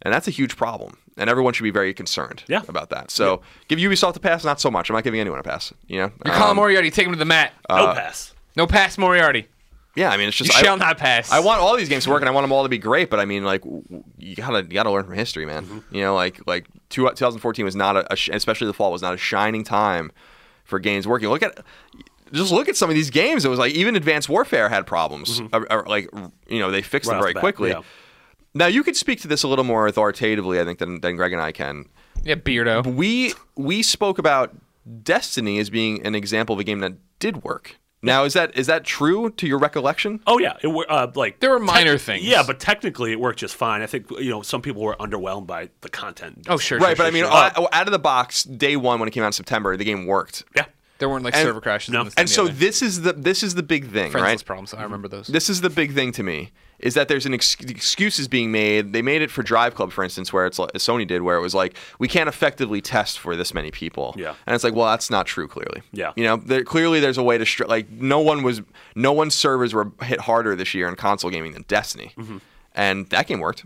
B: And that's a huge problem. And everyone should be very concerned
C: Yeah.
B: about that. So give Ubisoft a pass, not so much. I'm not giving anyone a pass. You know?
D: you're calling
B: Um,
D: uh, Moriarty. Take him to the mat.
C: No pass.
D: No pass, Moriarty.
B: yeah, I mean, it's
D: You
B: just I,
D: shall not pass.
B: I want all these games to work, and I want them all to be great. But I mean, like, w- w- you gotta you gotta learn from history, man.
C: Mm-hmm.
B: You know, like like two, 2014 was not a, a sh- especially the fall was not a shining time for games working. Look at just look at some of these games. It was like even Advanced Warfare had problems. Or- or, like you know, they fixed
C: Mm-hmm. Right
B: them
C: off
B: very
C: the bat,
B: quickly.
C: yeah.
B: Now you could speak to this a little more authoritatively, I think, than than Greg and I can.
D: Yeah, beardo.
B: We we spoke about Destiny as being an example of a game that did work. Now is that is that true to your recollection?
C: Oh yeah, it were uh, like
D: There were minor things.
C: Yeah, but technically it worked just fine. I think you know some people were underwhelmed by the content.
D: oh sure, sure,
B: Right, but I
D: sure,
B: mean,
D: sure.
B: uh, out of the box, day one when it came out in September, the game worked.
C: yeah,
D: there weren't like
B: and-
D: server crashes.
C: no.
D: And, this
B: And
D: the
B: so
D: other.
B: this is the this is the big thing,
D: Friendsless
B: right?
D: problems. I remember those.
B: This is the big thing to me is that there's an ex- excuses being made. They made it for Drive Club, for instance, where it's like Sony did, where it was like we can't effectively test for this many people.
C: Yeah.
B: and it's like, well, that's not true. Clearly,
C: Yeah.
B: you know, there, clearly there's a way to str- like no one was no one's servers were hit harder this year in console gaming than Destiny,
C: Mm-hmm.
B: and that game worked.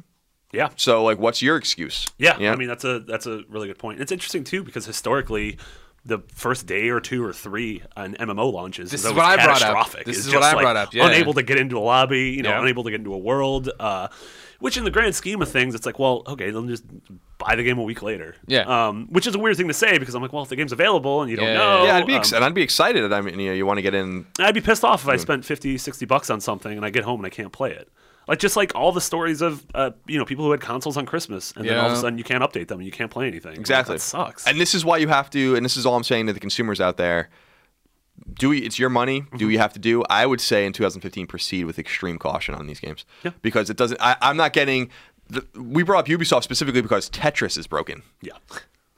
C: yeah.
B: So like, what's your excuse?
C: Yeah,
B: You know?
C: I mean that's a that's a really good point. It's interesting too because historically, the first day or two or three on MMO launches
D: This
C: is
D: is
C: always
D: what I brought up.
C: catastrophic.
D: This
C: It's
D: is what
C: just,
D: I
C: like,
D: brought up, yeah.
C: Unable to get into a lobby, you know,
D: Yeah.
C: unable to get into a world. Uh, which, in the grand scheme of things, it's like, well, okay, then just buy the game a week later.
D: Yeah.
C: Um, which is a weird thing to say because I'm like, well, if the game's available and you don't
D: Yeah, yeah,
C: know,
D: yeah.
B: yeah, I'd be
C: um,
B: ex- and I'd be excited. I mean, you know, you want to get in
C: I'd be pissed off if I spent 50, 60 bucks on something and I get home and I can't play it. Like just like all the stories of uh, you know people who had consoles on Christmas and then all of a
D: Yeah.
C: sudden you can't update them and you can't play anything. Like,
B: Exactly.
C: that sucks.
B: And this is why you have to, and this is all I'm saying to the consumers out there. Do we, it's your money.
C: Mm-hmm.
B: Do you have to do? I would say in 2015, proceed with extreme caution on these games
C: Yeah.
B: because it doesn't. I, I'm not getting. The, we brought up Ubisoft specifically because Tetris is broken,
C: yeah.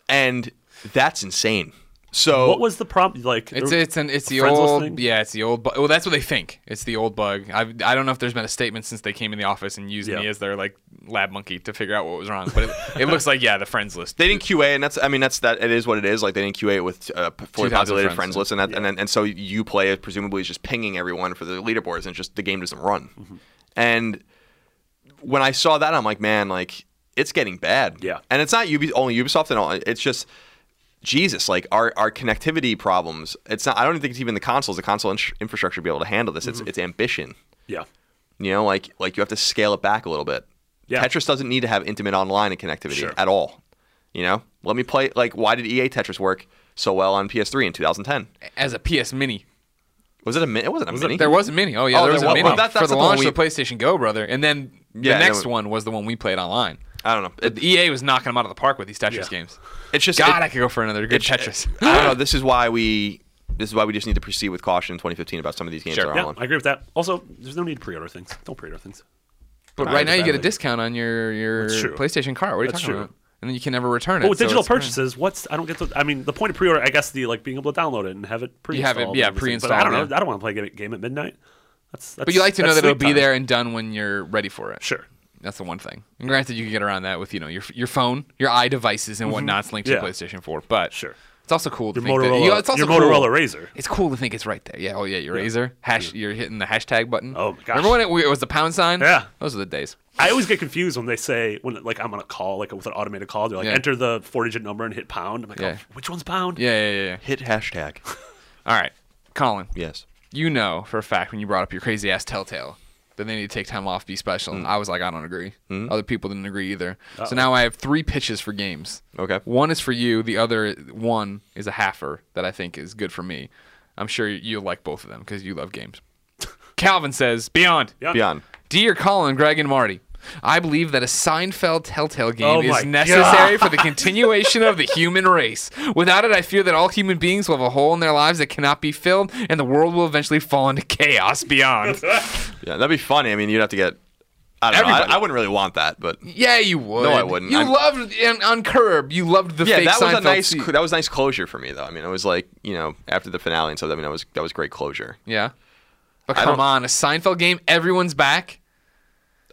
B: and that's insane. So
C: What was the problem? Like
D: Oh. It's
C: there-
D: it's an it's the
C: Friendsless
D: old
C: thing?
D: yeah it's the old bu- well that's what they think it's the old bug I I don't know if there's been a statement since they came in the office and used
C: Yeah.
D: me as their like lab monkey to figure out what was wrong but it, it looks like yeah the friends list
B: they didn't QA, and that's I mean that's that it is what it is. Like they didn't QA it with uh, p- fully
D: 2,000
B: populated
D: friends.
B: friends, list, and that and then, and so you play it presumably is just pinging everyone for the leaderboards, and it's just the game doesn't run. And when I saw that, I'm like, man, like it's getting bad.
C: Yeah.
B: and it's not Ubi- only Ubisoft and all. It's just. Jesus, like our, our connectivity problems. It's not. I don't think it's even the consoles. The console in- infrastructure be able to handle this. It's it's ambition.
C: yeah.
B: You know, like like you have to scale it back a little bit.
C: Yeah.
B: Tetris doesn't need to have intimate online and connectivity
C: Sure.
B: at all. You know, let me play. Like, why did EA Tetris work so well on PS3 in 2010?
D: as a PS mini
B: Was it a minute? It wasn't a mini.
D: there was a mini oh yeah
B: Oh,
D: there was
B: there
D: a
B: was-
D: mini
B: well, that-
D: for
B: that's
D: the
B: the one
D: launch
B: we-
D: of PlayStation Go brother and then
B: Yeah,
D: the
B: and then
D: next
B: we-
D: one was the one we played online
B: I don't know. It,
D: EA was knocking them out of the park with these Tetris
C: Yeah.
D: games
B: it's just
D: God
B: it-
D: I could go for another good Tetris
B: I don't know. This is why we. This is why we just need to proceed with caution in 2015 about some of these games.
D: Sure.
B: That are
C: Yeah,
B: online.
C: I agree with that. Also, there's no need to pre-order things. Don't pre-order things.
D: but right now you get a
C: Understandably.
D: discount on your your
C: That's true.
D: PlayStation card what are you
C: That's
D: talking
C: true.
D: about and then you can never return
B: Oh,
D: it
C: But with
D: so
C: digital
D: it's fine.
C: purchases, what's I don't get the. I mean, the point of pre-order, I guess, the like being able to download it and have it
D: You have
C: pre-installed.
D: it-
C: and
D: yeah,
C: everything. But
D: pre-installed,
C: I don't know.
D: yeah.
C: I don't want to play a game- game at midnight. That's, that's
D: But you like to know
C: that's
D: that it'll
C: sleep
D: be
C: time.
D: there and done when you're ready for it.
C: Sure.
D: That's the one thing. And granted, you can get around that with you know your your phone, your eye devices, and whatnot's linked
C: Mm-hmm. Yeah.
D: to your PlayStation 4. But
C: Sure.
D: it's also cool to
C: Your
D: think that
C: Motorola,
D: you know, it's also
C: your
D: cool.
C: Motorola Razor.
D: It's cool to think it's right there. Yeah. Oh yeah, your razor. Hash. You're hitting the hashtag button.
C: Oh, my gosh.
D: Remember when it, it was the pound sign?
C: Yeah.
D: Those are the days.
C: I always get confused when they say when like I'm on a call like with an automated call. They're like,
D: Yeah.
C: enter the four digit number and hit pound. I'm like,
D: Yeah.
C: oh, which one's pound?
D: Yeah, yeah, yeah, yeah.
B: Hit hashtag.
D: All right, Colin.
B: yes.
D: You know for a fact when you brought up your crazy ass Telltale that they need to take time off, be special.
C: Mm.
D: And I was like, I don't agree. Other people didn't agree either. So now I have three pitches for games.
B: Okay.
D: One is for you. The other one is a halfer that I think is good for me. I'm sure you'll like both of them because you love games. Calvin says, Beyond.
C: Yeah.
B: Beyond.
D: Dear Colin, Greg, and Marty, I believe that a Seinfeld Telltale game
C: Oh my
D: is necessary for the continuation of the human race. Without it, I fear that all human beings will have a hole in their lives that cannot be filled, and the world will eventually fall into chaos beyond.
B: Yeah, that'd be funny. I mean, you'd have to get. I don't know. I,
D: Everybody-
B: I wouldn't really want that, but
D: yeah, you would.
B: No, I wouldn't.
D: You
B: I'm-
D: loved and on Curb. You loved the
B: yeah,
D: fake
B: that was
D: Seinfeld
B: a nice
D: se-
B: that was nice closure for me though. I mean, it was like you know after the finale and stuff. I mean, that was that was great closure.
D: yeah. But
B: I
D: come
B: don't-
D: on, a Seinfeld game. Everyone's back.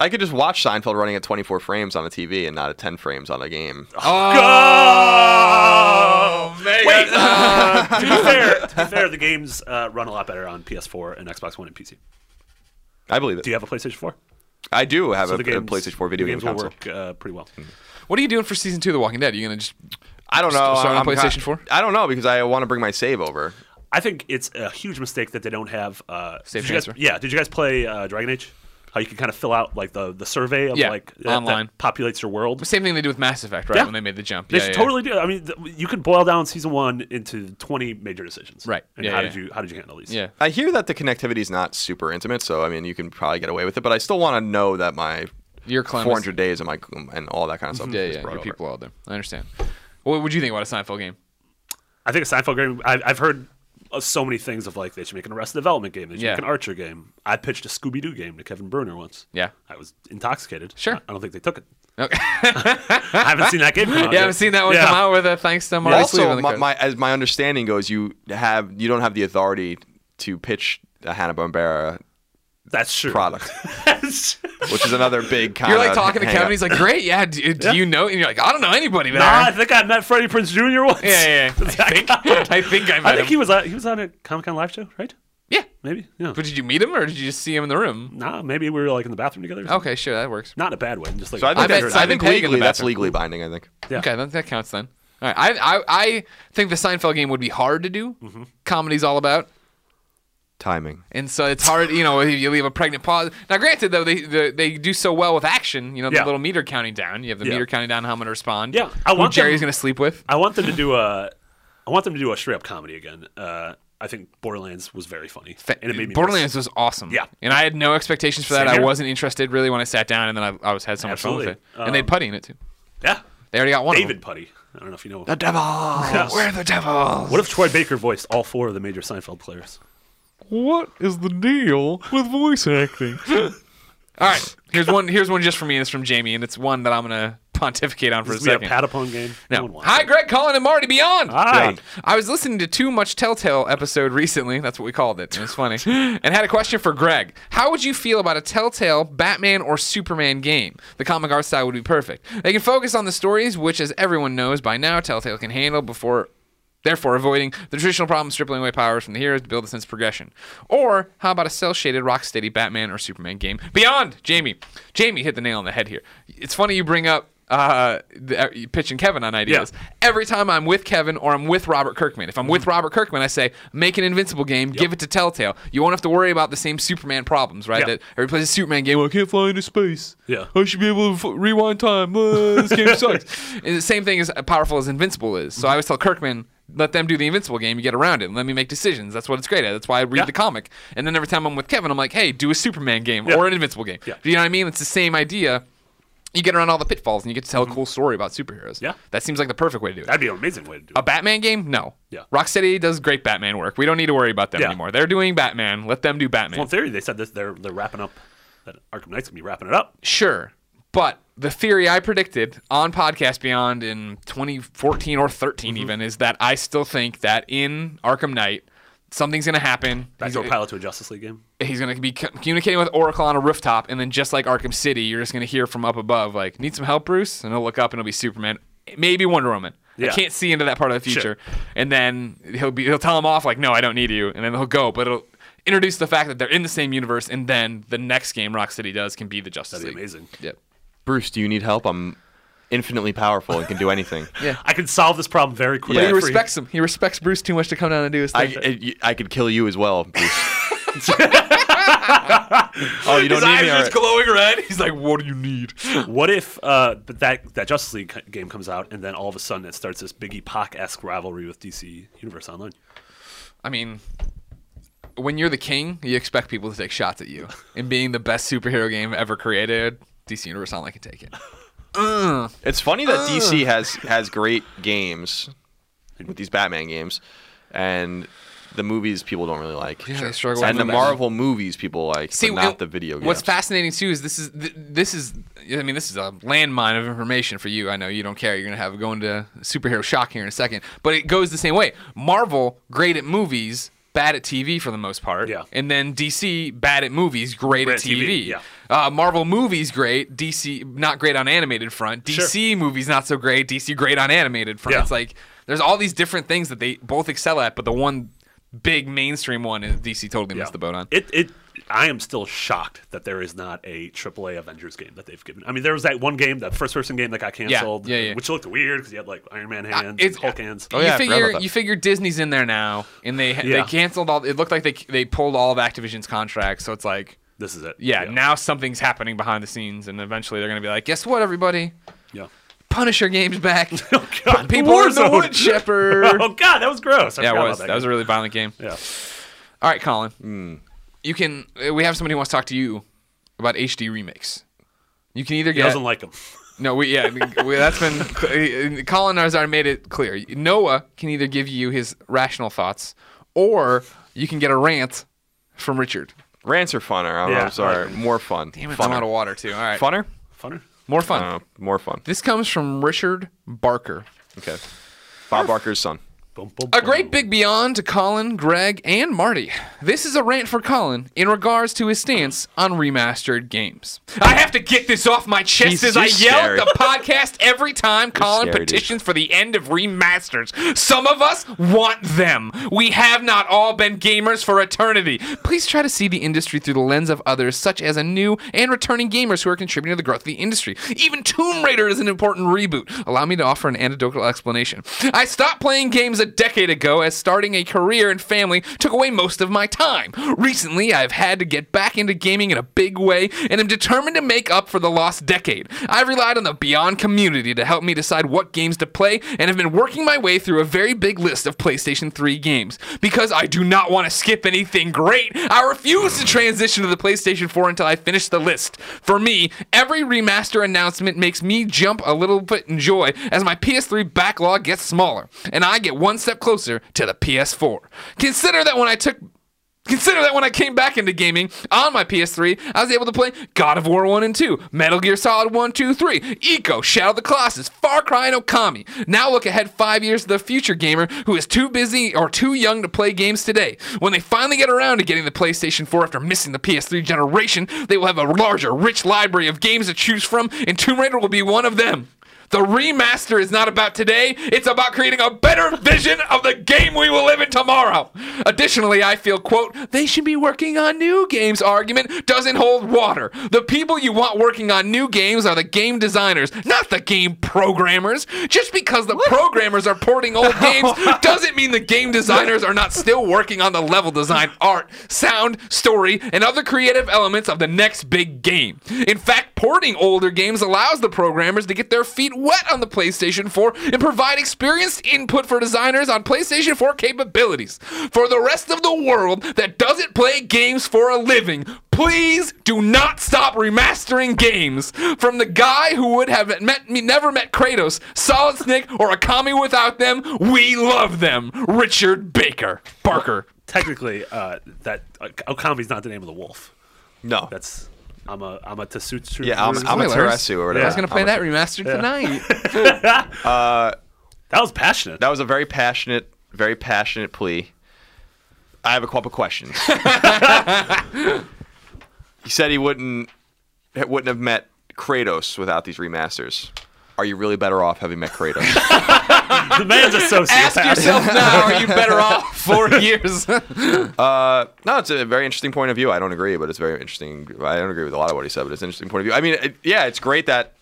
B: I could just watch Seinfeld running at 24 frames on a TV and not at 10 frames on a game.
D: Oh, man.
C: Wait. uh, to be fair, to be fair, the games uh, run a lot better on PS4 and Xbox One and PC.
B: I believe it.
C: Do you have a PlayStation 4?
B: I do have
D: Uh,
C: So
B: a,
C: the
B: a
C: games,
B: PlayStation 4 video
C: the
B: game
C: games will
B: console.
C: work uh, pretty well.
D: Hmm. What are you doing for season two of The Walking Dead? Are you gonna just
B: I don't know.
D: Still on
B: I'm-
D: PlayStation
B: I'm-
D: 4?
B: I don't know because I want to bring my save over.
C: I think it's a huge mistake that they don't have. Uh,
D: Safe
C: did you guys-
D: transfer?
C: yeah. Did you guys play uh, Dragon Age? How you can kind of fill out like the, the survey of
D: Yeah,
C: like
D: online.
C: that populates your world.
D: Same thing they did with Mass Effect, right?
C: Yeah.
D: When they made the jump.
C: They
D: yeah,
C: should
D: yeah.
C: totally do. it. I mean, th- you could boil down season one into twenty major decisions.
D: Right.
C: And
D: Yeah,
C: how
D: yeah,
C: did
D: yeah.
C: you how did you handle these?
D: Yeah.
B: I hear that the connectivity is not super intimate, so I mean, you can probably get away with it. But I still want to know that my
D: Your clan was-
B: 400 days and my and all that kind of stuff.
D: Yeah,
B: is
D: yeah.
B: brought
D: Your
B: over.
D: people out there. I understand. What would you think about a Seinfeld game?
C: I think a Seinfeld game. I've, I've heard uh, so many things of like they should make an Arrested Development game. They should
D: Yeah.
C: make an Archer game. I pitched a Scooby Doo game to Kevin Bruner once.
D: Yeah.
C: I was intoxicated.
D: Sure.
C: I- I don't think they took it.
D: Okay.
C: I haven't seen that game. Come out
D: yeah,
C: yet.
D: I've seen that one
C: Yeah.
D: come out with a thanks to Mark Sleeve
B: Also,
D: on the
B: my,
D: credits.
B: my as my understanding goes, you have you don't have the authority to pitch a Hanna Barbera
C: That's true.
B: product,
C: That's-
B: which is another big. Kind
D: You're like talking to Kevin. He's like, "Great, yeah. Do, do you know?" And you're like, "I don't know anybody." There.
C: nah, I think I met Freddie Prince Jr. once.
D: yeah, yeah.
C: I think, I
D: I think I met
C: think
D: him.
C: he was uh, he was on a Comic Con live show, right?
D: yeah.
C: Maybe. Yeah.
D: But did you meet him or did you just see him in the room?
C: Nah, maybe we were like in the bathroom together. or something.
D: Okay, sure, that works.
C: Not in a bad way. Just like
B: So I
D: I
B: think,
D: bet
B: that's, I
D: Simon
B: think
D: Pegg in the
B: legally that's
D: bathroom.
B: legally binding. I think.
C: Yeah.
D: Okay, that, that counts then. All right, I, I I think the Seinfeld game would be hard to do.
C: Mm-hmm.
D: Comedy's all about,
B: Timing.
D: and so it's hard. You know, if you leave a pregnant pause. Now, granted, though, they they, they do so well with action. You know, the
C: Yeah.
D: little meter counting down. You have the
C: Yeah.
D: meter counting down. How I'm going to respond.
C: Yeah, I
D: who
C: want
D: Jerry's
C: them-
D: going to sleep with.
C: I want them to do a. I want them to do a straight up comedy again. Uh, I think Borderlands was very funny, and it made me
D: Borderlands was awesome.
C: Yeah.
D: and I had no expectations for that.
C: Same
D: I
C: here.
D: wasn't interested really when I sat down, and then I, I was had so much fun
C: Absolutely.
D: with it. And they putty in it too.
C: Yeah,
D: They already got one.
C: David
D: Of
C: Putty. I don't know if you know.
B: The devil.
C: Yeah.
D: them. Where are the devils?
C: What if Troy Baker voiced all four of the major Seinfeld players?
D: What is the deal with voice acting? All right, here's one. Here's one just for me. It's from Jamie, and it's one that I'm gonna pontificate on for
C: This
D: a
C: would be
D: second.
C: a Patapon game.
D: no.
C: one wants
D: Hi,
C: it.
D: Greg, Colin, and Marty Beyond.
C: Hi.
D: I was listening to too much Telltale episode recently. That's what we called it. It was funny, and had a question for Greg. How would you feel about a Telltale Batman or Superman game? The comic art style would be perfect. They can focus on the stories, which, as everyone knows by now, Telltale can handle before. Therefore, avoiding the traditional problem, of stripping away powers from the heroes to build a sense of progression. Or how about a cell-shaded, rocksteady Batman or Superman game? Beyond, Jamie. Jamie hit the nail on the head here. It's funny you bring up uh, the, uh, you pitching Kevin on ideas
C: Yeah.
D: every time I'm with Kevin or I'm with Robert Kirkman. If I'm
C: Mm-hmm.
D: with Robert Kirkman, I say, make an Invincible game, give it to Telltale. You won't have to worry about the same Superman problems, right?
C: Yeah.
D: That every plays a Superman game, well, I can't fly into space.
C: Yeah.
D: I should be able to f- rewind time. Uh, this game sucks. And the same thing as uh, powerful as Invincible is.
C: Mm-hmm.
D: So I always tell Kirkman, let them do the Invincible game. You get around it. Let me make decisions. That's what it's great at. That's why I read
C: Yeah.
D: the comic. And then every time I'm with Kevin, I'm like, hey, do a Superman game
C: Yeah.
D: or an Invincible game.
C: Yeah.
D: Do you know what I mean? It's the same idea. You get around all the pitfalls and you get to tell a cool story about superheroes.
C: Mm-hmm. Yeah.
D: That seems like the perfect way to do it.
C: That'd be an amazing way to do
D: A
C: it.
D: Batman game? No.
C: Yeah.
D: Rocksteady does great Batman work. We don't need to worry about them
C: Yeah.
D: anymore. They're doing Batman. Let them do Batman.
C: Well, in theory, they said this, they're they're wrapping up. That Arkham Knight's gonna be wrapping it up.
D: sure. But the theory I predicted on Podcast Beyond in 2014 or 13
C: Mm-hmm.
D: even is that I still think that in Arkham Knight something's going to happen.
C: Back
D: He's,
C: to a pilot to a Justice League game.
D: he's going to be co- communicating with Oracle on a rooftop and then just like Arkham City, you're just going to hear from up above like, "Need some help, Bruce?" and he'll look up and it'll be Superman, maybe Wonder Woman.
C: Yeah.
D: I can't see into that part of the future. And then he'll be he'll tell him off like, "No, I don't need you." And then he'll go, but it'll introduce the fact that they're in the same universe and then the next game Rock City does can be the Justice
C: That'd be
D: League.
C: amazing.
D: Yep.
B: Bruce, do you need help? I'm infinitely powerful and can do anything.
C: I can solve this problem very quickly.
B: Yeah,
D: He
B: Free.
D: respects him. He respects Bruce too much to come down and do his
B: I,
D: thing.
B: I- you- I could kill you as well. Bruce. oh, you don't
D: his
B: need
D: eyes
B: me.
D: are just
B: all right.
D: glowing red. He's like, "What do you need?"
C: What if uh, but that that Justice League c- game comes out and then all of a sudden it starts this Biggie Pac esque rivalry with DC Universe Online?
D: I mean, when you're the king, you expect people to take shots at you. And being the best superhero game ever created, DC Universe Online can take it.
B: It's funny that DC has has great games with these Batman games, and the movies people don't really like.
D: Yeah, they struggle
B: and
D: with
B: the
D: them.
B: Marvel movies people like, but not
D: and
B: the video games.
D: What's fascinating too is this is th- this is I mean this is a landmine of information for you. I know you don't care. You're gonna have going to superhero shock here in a second, but it goes the same way. Marvel great at movies, bad at TV for the most part.
C: Yeah.
D: and then DC bad at movies, great,
C: Great
D: at TV.
C: yeah.
D: Uh, Marvel movies great, DC not great on animated front. DC movies not so great, DC great on animated front.
C: Yeah.
D: It's like there's all these different things that they both excel at, but the one big mainstream one is DC totally missed the boat on.
C: It it I am still shocked that there is not a AAA Avengers game that they've given. I mean, there was that one game, that first person game that got canceled,
D: yeah, yeah.
C: which looked weird because you had like Iron Man hands, and
D: it's-
C: Hulk hands.
B: Oh, yeah, I
D: you
B: forgot
D: figure
B: about that.
D: you figure Disney's in there now, and they they
C: Yeah.
D: canceled all. It looked like they they pulled all of Activision's contracts, so it's like,
C: This is it.
D: yeah, now something's happening behind the scenes, and eventually they're gonna be like, guess what, everybody,
C: Yeah.
D: Punisher games back.
C: Oh God,
D: People are in the
C: Warzone.
D: wood chipper.
C: oh God, that was gross. I
D: yeah, it
C: forgot
D: was
C: about
D: that was a really violent game.
C: game. yeah.
D: All right, Colin,
B: Hmm.
D: you can. uh, We have somebody who wants to talk to you about HD remakes. You can either
C: He
D: get
C: doesn't like him.
D: No, we yeah, we, that's been uh, Colin Azar made it clear. Noah can either give you his rational thoughts, or you can get a rant from Richard.
B: Rants are funner. I'm,
C: Yeah.
B: I'm sorry. More fun.
D: Damn it, I'm out
B: funner.
D: of water too. All right,
B: Funner?
C: Funner.
D: more fun.
B: Uh, more fun.
D: This comes from Richard Barker.
B: Okay. Bob Barker's son.
C: Boom, boom,
D: A
C: boom.
D: great big beyond to Colin, Greg, and Marty. This is a rant for Colin in regards to his stance on remastered games. I have to get this off my chest
B: He's-
D: as
B: you're
D: I yell
B: scary.
D: at the podcast every time Colin
B: scary, dude.
D: petitions for the end of remasters. Some of us want them. We have not all been gamers for eternity. Please try to see the industry through the lens of others, such as a new and returning gamers who are contributing to the growth of the industry. Even Tomb Raider is an important reboot. Allow me to offer an anecdotal explanation. I stopped playing games a decade ago as starting a career and family took away most of my time. Recently, I've had to get back into gaming in a big way and am determined to make up for the lost decade. I've relied on the Beyond community to help me decide what games to play and have been working my way through a very big list of PlayStation 3 games. Because I do not want to skip anything great, I refuse to transition to the PlayStation 4 until I finish the list. For me, every remaster announcement makes me jump a little bit in joy as my PS3 backlog gets smaller and I get one step closer to the PS4. Consider that when I took Consider that when I came back into gaming on my PS3, I was able to play God of War 1 and 2, Metal Gear Solid 1, 2, 3, Eco, Shadow of the Colossus, Far Cry, and Okami. Now look ahead five years to the future gamer who is too busy or too young to play games today. When they finally get around to getting the PlayStation 4 after missing the PS3 generation, they will have a larger, rich library of games to choose from, and Tomb Raider will be one of them. The remaster is not about today. It's about creating a better vision of the game we will live in tomorrow. Additionally, I feel, quote, they should be working on new games argument doesn't hold water. The people you want working on new games are the game designers, not the game programmers. Just because the programmers are porting old games doesn't mean the game designers are not still working on the level design, art, sound, story, and other creative elements of the next big game. In fact, porting older games allows the programmers to get their feet wet on the PlayStation 4 and provide experienced input for designers on PlayStation 4 capabilities. For the rest of the world that doesn't play games for a living, please do not stop remastering games. From the guy who would have met me, never met Kratos, Solid Snake, or Akami without them, we love them. Richard Baker. Barker.
C: Technically, uh, that uh, Okami's not the name of the wolf.
B: No.
C: That's I'm a I'm a Tasutsu.
B: yeah, I'm, I'm a
D: Spoilers.
B: Teresu or whatever.
D: I was going to play that remastered tonight.
C: that was passionate.
B: That was a very passionate, very passionate plea. I have a couple questions. he said he wouldn't wouldn't have met Kratos without these remasters. Are you really better off having met Kratos?
C: the man's a sociopath.
D: Ask yourself now, are you better off four years?
B: no, it's a very interesting point of view. I don't agree, but it's very interesting. I don't agree with a lot of what he said, but it's an interesting point of view. I mean, it, yeah, it's great that.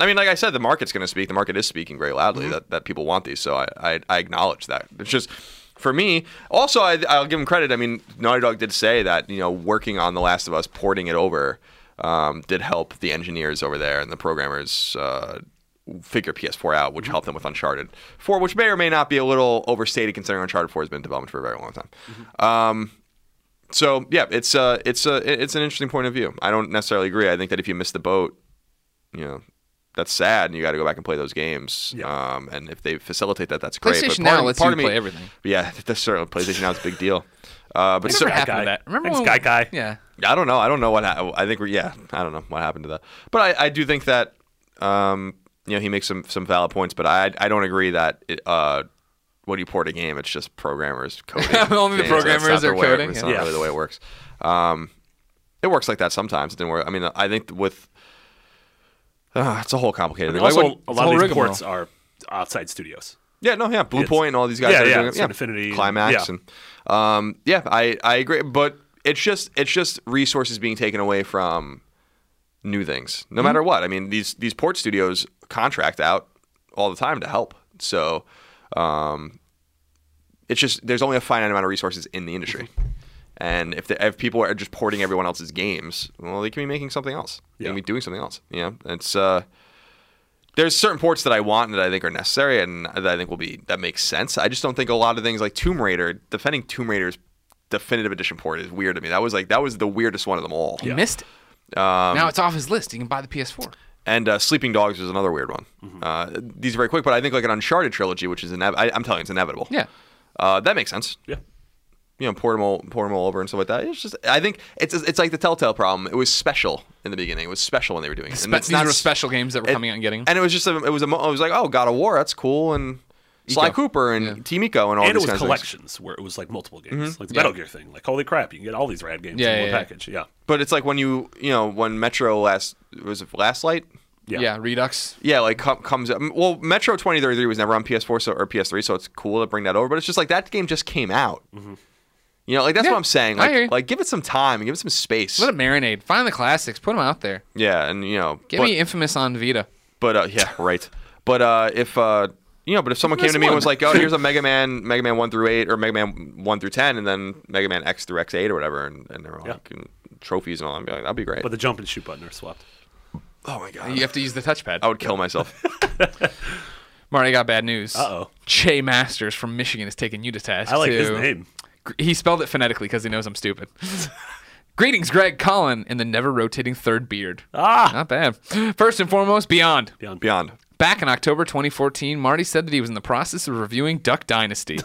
B: I mean, like I said, the market's going to speak. The market is speaking very loudly that, that people want these. So I, I, I acknowledge that. It's just for me. Also, I, I'll give him credit. I mean, Naughty Dog did say that you know working on The Last of Us, porting it over, um, did help the engineers over there and the programmers uh, figure PS4 out, which helped them with Uncharted 4, which may or may not be a little overstated considering Uncharted 4 has been in development for a very long time. Um, so yeah, it's uh, it's uh, it- it's an interesting point of view. I don't necessarily agree. I think that if you miss the boat, you know, that's sad, and you got to go back and play those games.
C: Yeah.
B: Um, and if they facilitate that, that's great. But
D: PlayStation
B: part
D: Now
B: of-
D: lets
B: part
D: you
B: of me-
D: play everything.
B: Yeah, that's certainly PlayStation Now is a big deal. Uh, but so,
D: Whatever happened to
C: Guy.
D: that? Remember
C: Thanks,
D: when,
C: Guy Guy.
D: Yeah.
B: I don't know. I don't know what ha- I think. We're, yeah, I don't know what happened to that. But I, I do think that um, you know he makes some some valid points. But I I don't agree that it, uh, when you port a game, it's just programmers coding.
D: Only the
B: games. That's
D: programmers
B: not the
D: are
B: way-
D: coding,
B: It's
D: yeah.
B: not
C: Yeah.
B: really the way it works. Um, it works like that sometimes. It didn't work. I mean, I think with uh, it's a whole complicated thing. Like
C: Also,
B: when-
D: whole
C: a lot of these
D: rigmarole.
C: ports are outside studios.
B: yeah, no, yeah, Blue
C: It's-
B: Point and all these guys.
C: Yeah,
B: that are
C: yeah,
B: doing it,
C: it's Infinity and-
B: climax,
C: yeah.
B: and um, yeah, I I agree. But it's just it's just resources being taken away from new things,
C: Mm-hmm.
B: no matter what. I mean, these these port studios contract out all the time to help. So, um, it's just there's only a finite amount of resources in the industry, and if the, if people are just porting everyone else's games, well, they can be making something else. They
C: Yeah.
B: can be doing something else. You know, it's uh, there's certain ports that I want and that I think are necessary and that I think will be that makes sense. I just don't think a lot of things like Tomb Raider defending Tomb Raider's definitive edition port is weird to me. That was like that was the weirdest one of them all.
D: He missed it. now it's off his list. He can buy the PS4.
B: And uh, Sleeping Dogs is another weird one. Uh, these are very quick, but I think like an Uncharted trilogy, which is inev- I, I'm telling you, it's inevitable.
D: Yeah.
B: uh, that makes sense.
C: Yeah.
B: You know, portable, portable over and stuff like that. It's just I think it's it's like the Telltale problem. It was special in the beginning. It was special when they were doing it.
D: Spe-
B: And it's
D: these
B: not
D: were
B: s-
D: special games that were
B: it-
D: coming out and getting.
B: And it was just a, it was a mo- it was like oh God of War that's cool and Sly
D: Ico.
B: Cooper and
D: Yeah.
B: Team Ico and all
C: and it
B: these
C: was
B: kinds of things. Mm-hmm.
C: collections where it was like multiple games, like the Metal Gear thing. Like, holy crap, you can get all these rad games
D: Yeah,
C: in one
D: yeah, yeah.
C: package. Yeah,
B: But it's like when you you know when Metro last was it Last Light.
D: yeah.
C: yeah.
D: Redux.
B: Yeah, like com- comes up. Well, Metro 2033 was never on PS4 so, or PS3, so it's cool to bring that over. But it's just like that game just came out. You know, like
D: Mm-hmm.
B: that's
D: Yeah,
B: what I'm saying.
D: I hear you.
B: Like, like give it some time and give it some space.
D: Let it marinate. Find the classics. Put them out there.
B: yeah, and you know,
D: Give
B: but,
D: me Infamous on Vita.
B: but uh, yeah, right. But uh, if uh, you know, but if someone came
D: Infamous
B: to me and
D: one.
B: was like, "Oh, here's a Mega Man, Mega Man one through eight, or Mega Man one through ten, and then Mega Man X through X eight or whatever," and, and they're
C: Yeah.
B: like and trophies and all, I'd be like, "That'd be great."
C: But the jump and shoot button are swapped.
B: oh my god,
D: You have to use the touchpad.
B: I would kill myself.
D: Marty got bad news.
C: Uh-oh.
D: Che Masters from Michigan is taking you to task.
C: I like
D: too.
C: his name.
D: Gr- He spelled it phonetically because he knows I'm stupid. Greetings, Greg Collin, in the never rotating third beard.
C: Ah,
D: Not bad. First and foremost, Beyond.
C: beyond,
B: Beyond.
D: Back in October 2014, Marty said that he was in the process of reviewing Duck Dynasty.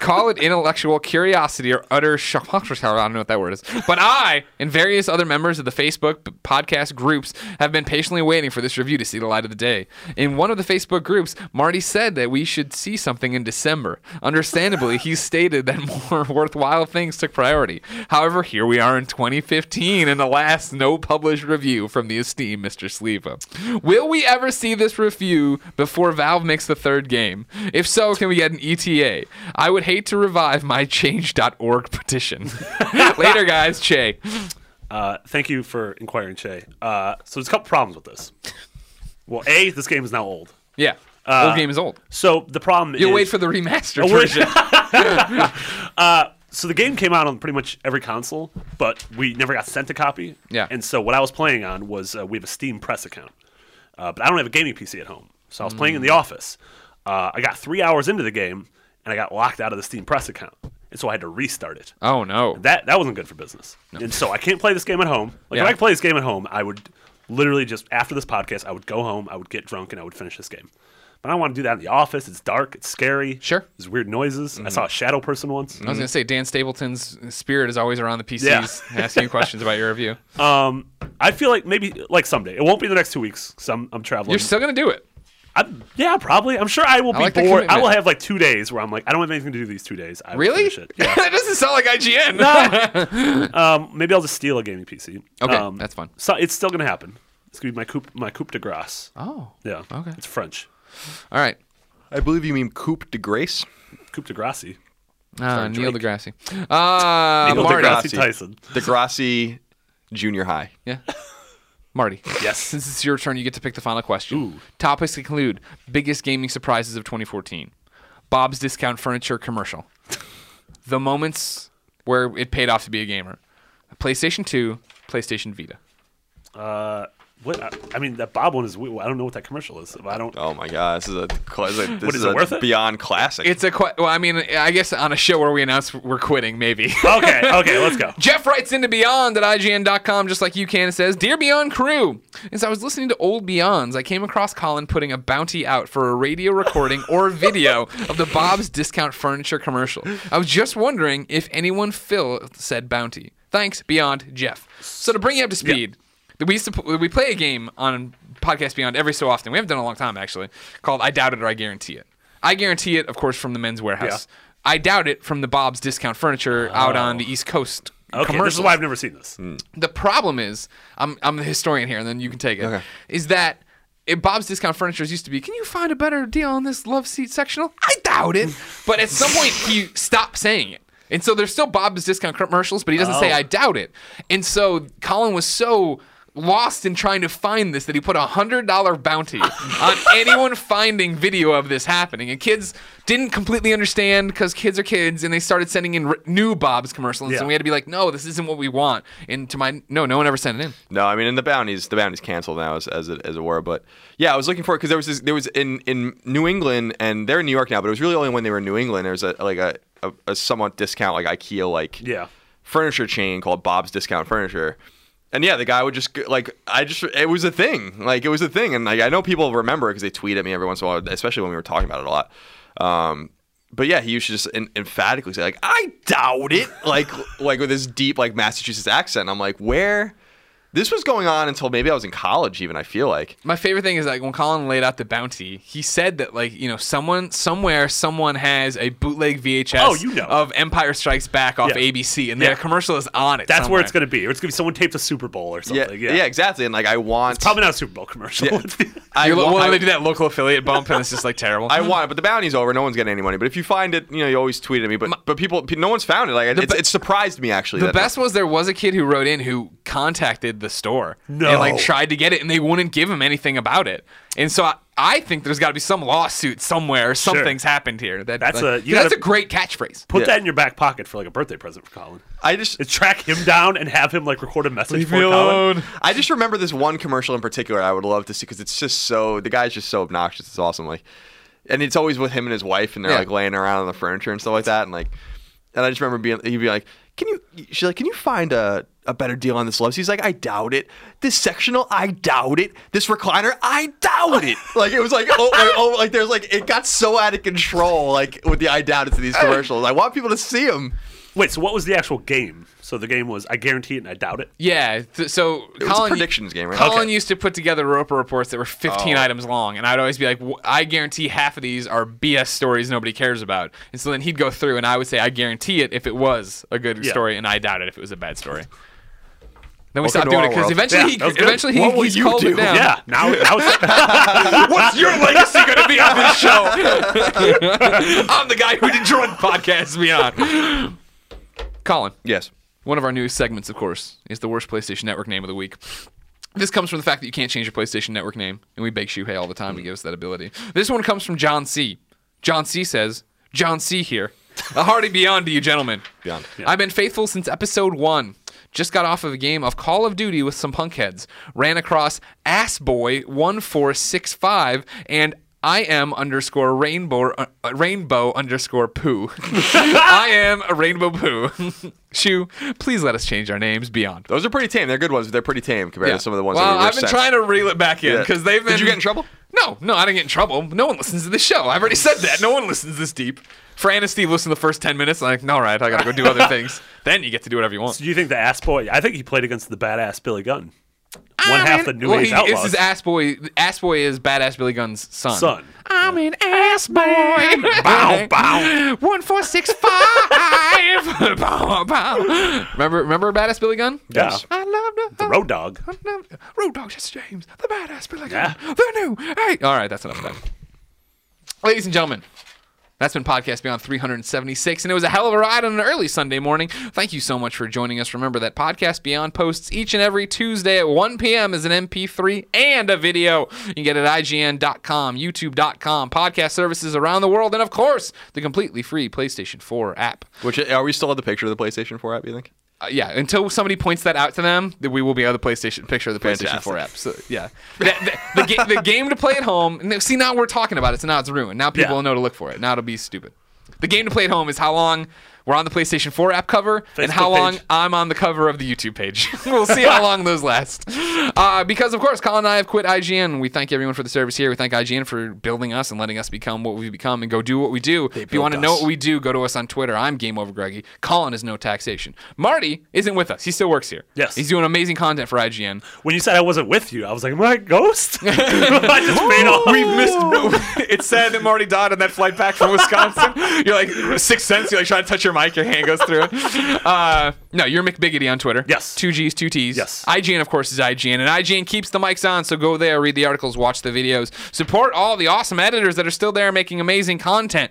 D: Call it intellectual curiosity or utter shock. I don't know what that word is. But I and various other members of the Facebook p- podcast groups have been patiently waiting for this review to see the light of the day. In one of the Facebook groups, Marty said that we should see something in December. Understandably, he stated that more worthwhile things took priority. However, here we are in 2015 and the last no published review from the esteemed Mr. Sleva. Will we ever see this review before Valve makes the third game? If so, can we get an ETA? I would hate to revive my change.org petition. Later, guys. Che.
C: Uh, thank you for inquiring, Che. Uh, so there's a couple problems with this. Well, a this game is now old.
D: Yeah. old game is old.
C: So the problem
D: You'll
C: Uh, is
D: wait for the remastered
C: Oh, wait.
D: version.
C: so the game came out on pretty much every console, but we never got sent a copy.
D: Yeah.
C: And so what I was playing on was uh, we have a Steam Press account, uh, but I don't have a gaming PC at home, so I was playing in
D: Mm.
C: the office. Uh, I got three hours into the game, and I got locked out of the Steam Press account, and so I had to restart it.
D: oh, no.
C: That that wasn't good for business. And so I can't play this game at home. Like
D: Yeah.
C: if I could play this game at home, I would literally just after this podcast, I would go home, I would get drunk, and I would finish this game. But I don't want to do that in the office. It's dark. It's scary.
D: Sure. Mm-hmm. Oh,
C: There's weird noises. I saw a shadow person once.
D: I was going to say, Dan Stapleton's spirit is always around the PCs asking you questions about your review.
C: Um, I feel like maybe like someday. It won't be the next two weeks. Cause I'm I'm traveling.
D: You're still going to do it.
C: I'm, yeah, probably. I'm sure I will be
D: like the
C: bored. I will
D: commitment.
C: have like two days where I'm like, I don't have anything to do these two days. I will
D: Really?
C: finish it. Yeah.
D: that doesn't sound like IGN.
C: um, maybe I'll just steal a gaming PC.
D: Okay,
C: um,
D: that's fine.
C: So it's still gonna happen. It's gonna be my coup my coupe de grace.
D: Oh.
C: Yeah.
D: okay.
C: It's French.
D: All right.
B: I believe you mean Coupe de Grace.
C: Coupe de grace.
D: Uh, Neil
C: Drake.
D: deGrasse. Uh,
C: Neil
D: Marty.
C: deGrasse. Degrassi Tyson.
B: Degrassi Junior High.
D: Yeah. Marty.
C: Yes.
D: Since it's your turn, you get to pick the final question.
C: Ooh.
D: Topics include biggest gaming surprises of 2014, Bob's discount furniture commercial, the moments where it paid off to be a gamer, PlayStation 2, PlayStation Vita.
C: Uh, what? I, I mean, that Bob one is. we- I don't know what that commercial is. I don't.
B: Oh my god, this is a cla- this is a, this
C: What, is
B: is
C: it
B: a
C: worth it?
B: beyond classic.
D: It's a que- well, I mean, I guess on a show where we announce we're quitting, maybe.
C: Okay. Okay. Let's go.
D: Jeff writes into Beyond at IGN.com, just like you can, and says, Dear Beyond crew, as I was listening to old Beyonds, I came across Colin putting a bounty out for a radio recording or video of the Bob's Discount Furniture commercial. I was just wondering if anyone filled said bounty. Thanks, Beyond Jeff. So to bring you up to speed, we used to, pl- we play a game on Podcast Beyond every so often. We haven't done it in a long time, actually, called I Doubt It or I Guarantee It. I guarantee it, of course, from the men's warehouse. I doubt it from the Bob's Discount Furniture out on the East Coast
C: Oh. Okay. This
D: commercials.
C: is
D: Hmm.
C: why I've never seen this.
D: the problem is, I'm I'm the historian here, and then you can take it. Is that if Bob's Discount Furniture used to be, can you find a better deal on this love seat sectional? I doubt it. but at some point, he stopped saying it. And so there's still Bob's discount commercials, but he doesn't
C: Oh.
D: say I doubt it. And so Colin was so lost in trying to find this that he put a hundred dollar bounty on anyone finding video of this happening. And kids didn't completely understand because kids are kids, and they started sending in r- new Bob's commercials,
C: Yeah.
D: and we had to be like, no, this isn't what we want. And to my no, no one ever sent it in.
B: No, I mean, and the bounties, the bounties canceled now, as as it, as it were. But yeah, I was looking for it because there was this, there was in in New England, and they're in New York now, but it was really only when they were in New England. There was a like a, a, a somewhat discount, like IKEA, like
C: Yeah.
B: furniture chain called Bob's Discount Furniture. And yeah, the guy would just go- like I just it was a thing, like it was a thing, and like I know people remember because they tweet at me every once in a while, especially when we were talking about it a lot. Um, but yeah, he used to just en- emphatically say like I doubt it, like like with his deep like Massachusetts accent. I'm like, where this was going on until maybe I was in college, even I feel like.
D: My favorite thing is like when Colin laid out the bounty, he said that like you know someone somewhere someone has a bootleg VHS
C: Oh, you know.
D: of Empire Strikes Back off
C: Yeah.
D: ABC, and
C: Yeah.
D: their commercial is on it.
C: That's where
D: somewhere.
C: it's going to be. Or it's going to be someone taped a Super Bowl or
B: Yeah,
C: something.
B: yeah,
C: Yeah.
B: exactly. And like I want,
C: Probably not a Super Bowl commercial.
B: I,
D: You're lo-
B: wa-
D: well,
B: I-
D: they do that local affiliate bump, and it's just like terrible.
B: I want it, but the bounty's over. No one's getting any money. But if you find it, you know, you always tweet at me. But but people, pe- no one's found it. Like it's,
D: be-
B: it surprised me actually.
D: the
B: that-
D: best was there was a kid who wrote in who contacted the store
C: No.
D: and like tried to get it, and they wouldn't give him anything about it. And so I, I think there's got to be some lawsuit somewhere. Something's happened here. That,
C: That's
D: like-
C: a- you
D: that's
C: gotta-
D: a great catchphrase.
C: Put
B: Yeah.
C: that in your back pocket for like a birthday present for Colin.
B: I just
C: Is track him down and have him like record a message for Colin.
B: I just remember this one commercial in particular. I would love to see because it's just so the guy's just so obnoxious. It's awesome. Like, and it's always with him and his wife, and they're
D: Yeah.
B: like laying around on the furniture and stuff like that. And like, and I just remember being he'd be like, "Can you?" She's like, "Can you find a a better deal on this love?" He's like, "I doubt it. This sectional, I doubt it. This recliner, I doubt it." like it was like oh, like, oh like there's like it got so out of control. Like with the I doubt it to these commercials. I want people to see them.
C: Wait, so what was the actual game? So the game was I guarantee it and I doubt it.
D: Yeah. Th- so
B: It was
D: Colin,
B: a predictions game, right? Oh.
D: Colin
C: Okay.
D: used to put together Roper reports that were 15 items long, and I'd always be like, "W- I guarantee half of these are BS stories nobody cares about. And so then he'd go through, and I would say, I guarantee it if it was a good
C: Yeah.
D: story, and I doubt it if it was a bad story. Then we stopped
B: Welcome to
D: doing
B: our
D: it because
B: world.
D: eventually,
C: Yeah,
D: he,
C: that was good.
D: eventually he,
B: What will
D: he's
B: you
D: called it
B: do?
D: down.
C: Yeah, now now it's
D: What's your legacy going to be on this show? I'm the guy who did drug podcasts beyond. Colin.
B: Yes.
D: One of our new segments, of course, is the worst PlayStation Network name of the week. This comes from the fact that you can't change your PlayStation Network name, and we beg Shuhei all the time to give us that ability. This one comes from John C. John C says, John C here. A hearty beyond to you, gentlemen.
B: Beyond.
D: I've been faithful since episode one. Just got off of a game of Call of Duty with some punkheads. Ran across Assboy1465 and I am underscore rainbow uh, rainbow underscore poo. I am a rainbow poo. Shoo, please let us change our names beyond.
B: Those are pretty tame. They're good ones, but they're pretty tame compared
D: Yeah.
B: to some of the ones
D: Well,
B: that we were
D: I've been
B: sent.
D: trying to reel it back in
B: Yeah.
D: because they've been.
B: Did you get in trouble?
D: No, no, I didn't get in trouble. No one listens to this show. I've already said that. No one listens this deep. Fran and Steve listen to the first ten minutes. Like, no, all right, I gotta go do other things. Then you get to do whatever you want.
C: Do you think the ass boy? I think he played against the badass Billy Gunn. One
D: I'm
C: half
D: an-
C: the new
D: well,
C: age
D: he,
C: outlaws.
D: This is ass boy. Ass boy is badass Billy Gunn's son.
C: Son.
D: I'm an ass boy.
C: Bow, bow.
D: One four six five. bow, bow. Remember, remember badass Billy Gunn?
C: yeah,
D: I love the,
C: Road Dog.
D: Road Dog Jesse James, the badass Billy
C: Yeah.
D: Gunn, the new. Hey, all right, that's enough of that. Ladies and gentlemen, that's been Podcast Beyond 376, and it was a hell of a ride on an early Sunday morning. Thank you so much for joining us. Remember that Podcast Beyond posts each and every Tuesday at 1 p.m. as an MP3 and a video. You can get it at IGN.com, YouTube.com, podcast services around the world, and of course, the completely free PlayStation 4 app.
B: Which uh, are we still at the picture of the PlayStation 4 app? You think?
D: Uh, yeah, until somebody points that out to them, that we will be on the PlayStation picture of the PlayStation 4 app. So yeah, the, the, the, ga- the game to play at home. no, See, now we're talking about it, so now it's ruined. Now people
C: Yeah.
D: will know to look for it. Now it'll be stupid. The game to play at home is how long we're on the PlayStation 4 app cover and how
C: Facebook page.
D: long I'm on the cover of the YouTube page. we'll see how long those last. Uh, because of course, Colin and I have quit IGN. We thank everyone for the service here. We thank IGN for building us and letting us become what we've become and go do what we do. If you want to know what we do, go to us on Twitter. I'm Game Over Greggy. Colin is no taxation. Marty isn't with us. He still works here.
C: Yes.
D: He's doing amazing content for IGN.
C: When you said I wasn't with you, I was like, am I a ghost? I just made all.
D: We've missed. it's sad that Marty died on that flight back from Wisconsin. you're like sixth sense. You're like trying to touch your mic. Your hand goes through it. Uh, no, you're McBiggity on Twitter.
C: Yes.
D: Two G's, two T's.
C: Yes.
D: IGN, of course, is IGN, and IGN keeps the mics on. So go there, read the articles, watch the videos, support all the awesome editors that are still there making amazing content.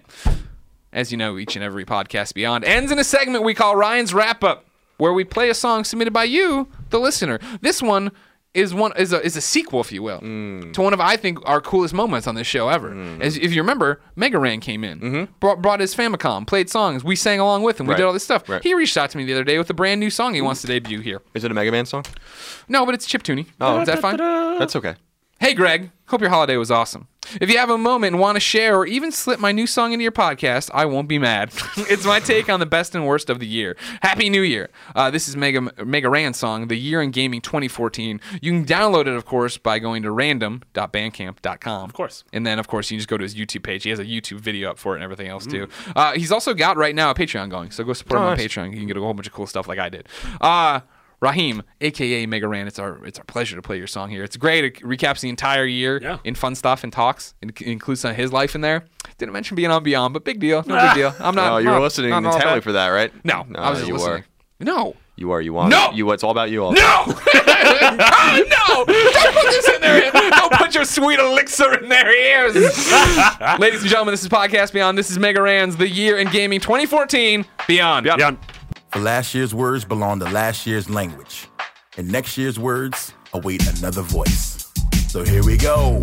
D: As you know, each and every podcast beyond ends in a segment we call Ryan's Wrap Up, where we play a song submitted by you, the listener. This one is one is a, is a sequel, if you will,
B: Mm.
D: to one of I think our coolest moments on this show ever. As if you remember, Megaran came in, brought, brought his Famicom, played songs, we sang along with him, we did
B: Mm-hmm. Right.
D: all this stuff.
B: Right.
D: He reached out to me the other day with a brand new song he wants to debut here.
B: Is it a Mega Man song?
D: No, but it's chiptune. Oh, is that fine?
B: That's okay.
D: Hey, Greg. Hope your holiday was awesome. If you have a moment and want to share or even slip my new song into your podcast, I won't be mad. it's my take on the best and worst of the year. Happy New Year. Uh, this is Mega, Mega Ran song, The Year in Gaming 2014. You can download it, of course, by going to random.bandcamp.com. Of
C: course.
D: And then, of course, you can just go to his YouTube page. He has a YouTube video up for it and everything else, too. Uh, he's also got right now a Patreon going, so go support him on
B: nice.
D: Patreon. You can get a whole bunch of cool stuff like I did. Uh, Raheem, aka Mega Ran, it's our it's our pleasure to play your song here. It's great. It recaps the entire year
C: Yeah.
D: in fun stuff and talks. It includes some of his life in there. Didn't mention being on Beyond, but big deal. No big deal. I'm not.
B: Oh, you were
D: not-
B: listening
D: not all
B: intently
D: bad.
B: for that, right?
D: No, I was just
B: you
D: listening.
B: Are.
D: No.
B: You are. You want.
D: No!
B: it. You. It's all about you. All.
D: No! Ah, no! Don't put this in their ears. Don't put your sweet elixir in their ears. Ladies and gentlemen, this is Podcast Beyond. This is Mega Ran's The Year in Gaming 2014 Beyond.
C: Yeah.
E: For last year's words belong to last year's language, and next year's words await another voice. So here we go.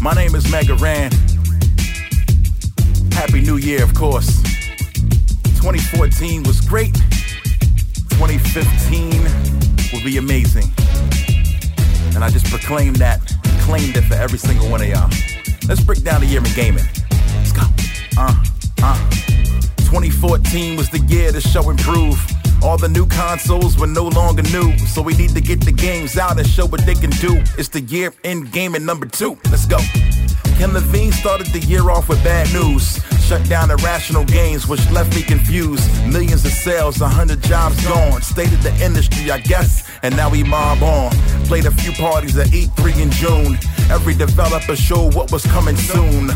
E: My name is Megaran. Happy New Year, of course. 2014 was great. 2015 will be amazing. And I just proclaim that, claimed it for every single one of y'all. Let's break down the year in gaming. Let's go. Uh, uh. 2014 was the year to show and prove. All the new consoles were no longer new, so we need to get the games out and show what they can do. It's the year in gaming number two. Let's go. Ken Levine started the year off with bad news. Shut down irrational games, which left me confused. Millions of sales, a hundred jobs gone. State of the industry, I guess, and now we mob on. Played a few parties at E3 in June. Every developer showed what was coming soon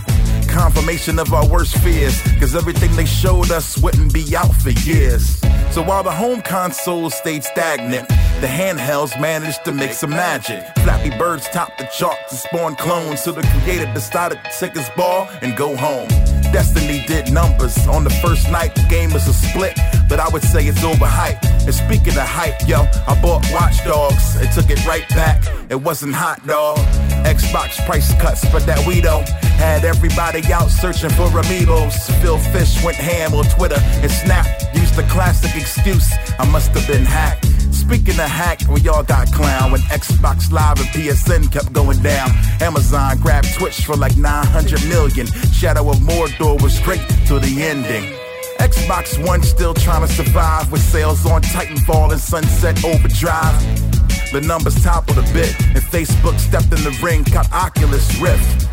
E: confirmation of our worst fears. Cause everything they showed us wouldn't be out for years. So while the home consoles stayed stagnant, the handhelds managed to make some magic. Flappy Birds topped the charts and spawned clones, so the creator decided to take his ball and go home. Destiny did numbers on the first night. The game was a split, but I would say it's overhyped. And speaking of hype, yo, I bought Watch Dogs and took it right back. It wasn't hot dog. Xbox price cuts, but that we don't. Had everybody out searching for amiibos. Phil Fish went ham on Twitter and Snap used the classic excuse I must have been hacked. Speaking of hacked, we all got clown when Xbox Live and PSN kept going down. Amazon grabbed Twitch for like 900 million. Shadow of Mordor was great till the ending. Xbox One still trying to survive with sales on Titanfall and Sunset Overdrive. The numbers toppled a bit, and Facebook stepped in the ring, caught Oculus Rift.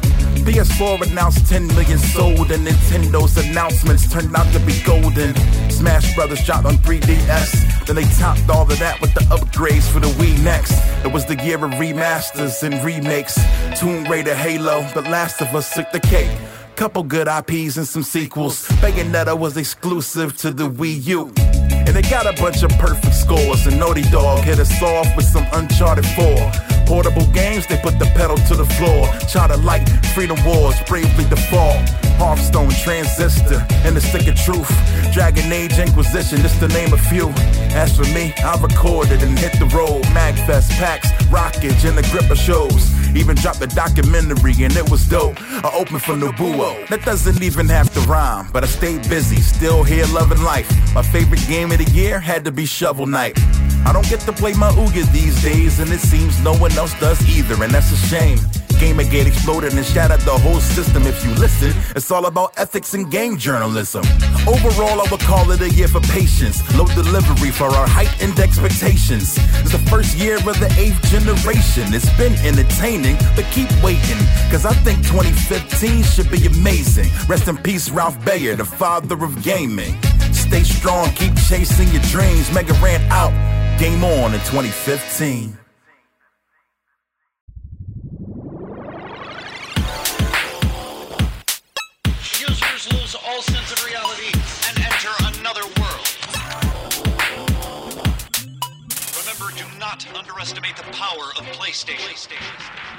E: PS4 announced 10 million sold, and Nintendo's announcements turned out to be golden. Smash Brothers dropped on 3DS, then they topped all of that with the upgrades for the Wii next. It was the year of remasters and remakes. Tomb Raider, Halo, The Last of Us took the cake. Couple good IPs and some sequels. Bayonetta was exclusive to the Wii U. And they got a bunch of perfect scores. And Naughty Dog hit us off with some Uncharted 4. Portable games, they put the pedal to the floor. Child of Light, Freedom Wars, Bravely Default. Hearthstone, Transistor, and the Stick of Truth. Dragon Age, Inquisition, just to name a few. As for me, I recorded and hit the road. Magfest, PAX, Rockage, and the grip of shows. Even dropped a documentary and it was dope. I opened for Nobuo. That doesn't even have to rhyme, but I stayed busy, still here loving life. My favorite game of the year had to be Shovel Knight. I don't get to play my Ooga these days, and it seems no one else does either, and that's a shame. Gamergate exploded and shattered the whole system. If you listen, it's all about ethics and game journalism. Overall, I would call it a year for patience, low delivery for our heightened expectations. It's the first year of the eighth generation. It's been entertaining, but keep waiting, because I think 2015 should be amazing. Rest in peace, Ralph Bayer, the father of gaming. Stay strong, keep chasing your dreams. Mega Rant out. Game on in 2015.
A: Users lose all sense of reality and enter another world. Remember, do not underestimate the power of PlayStation.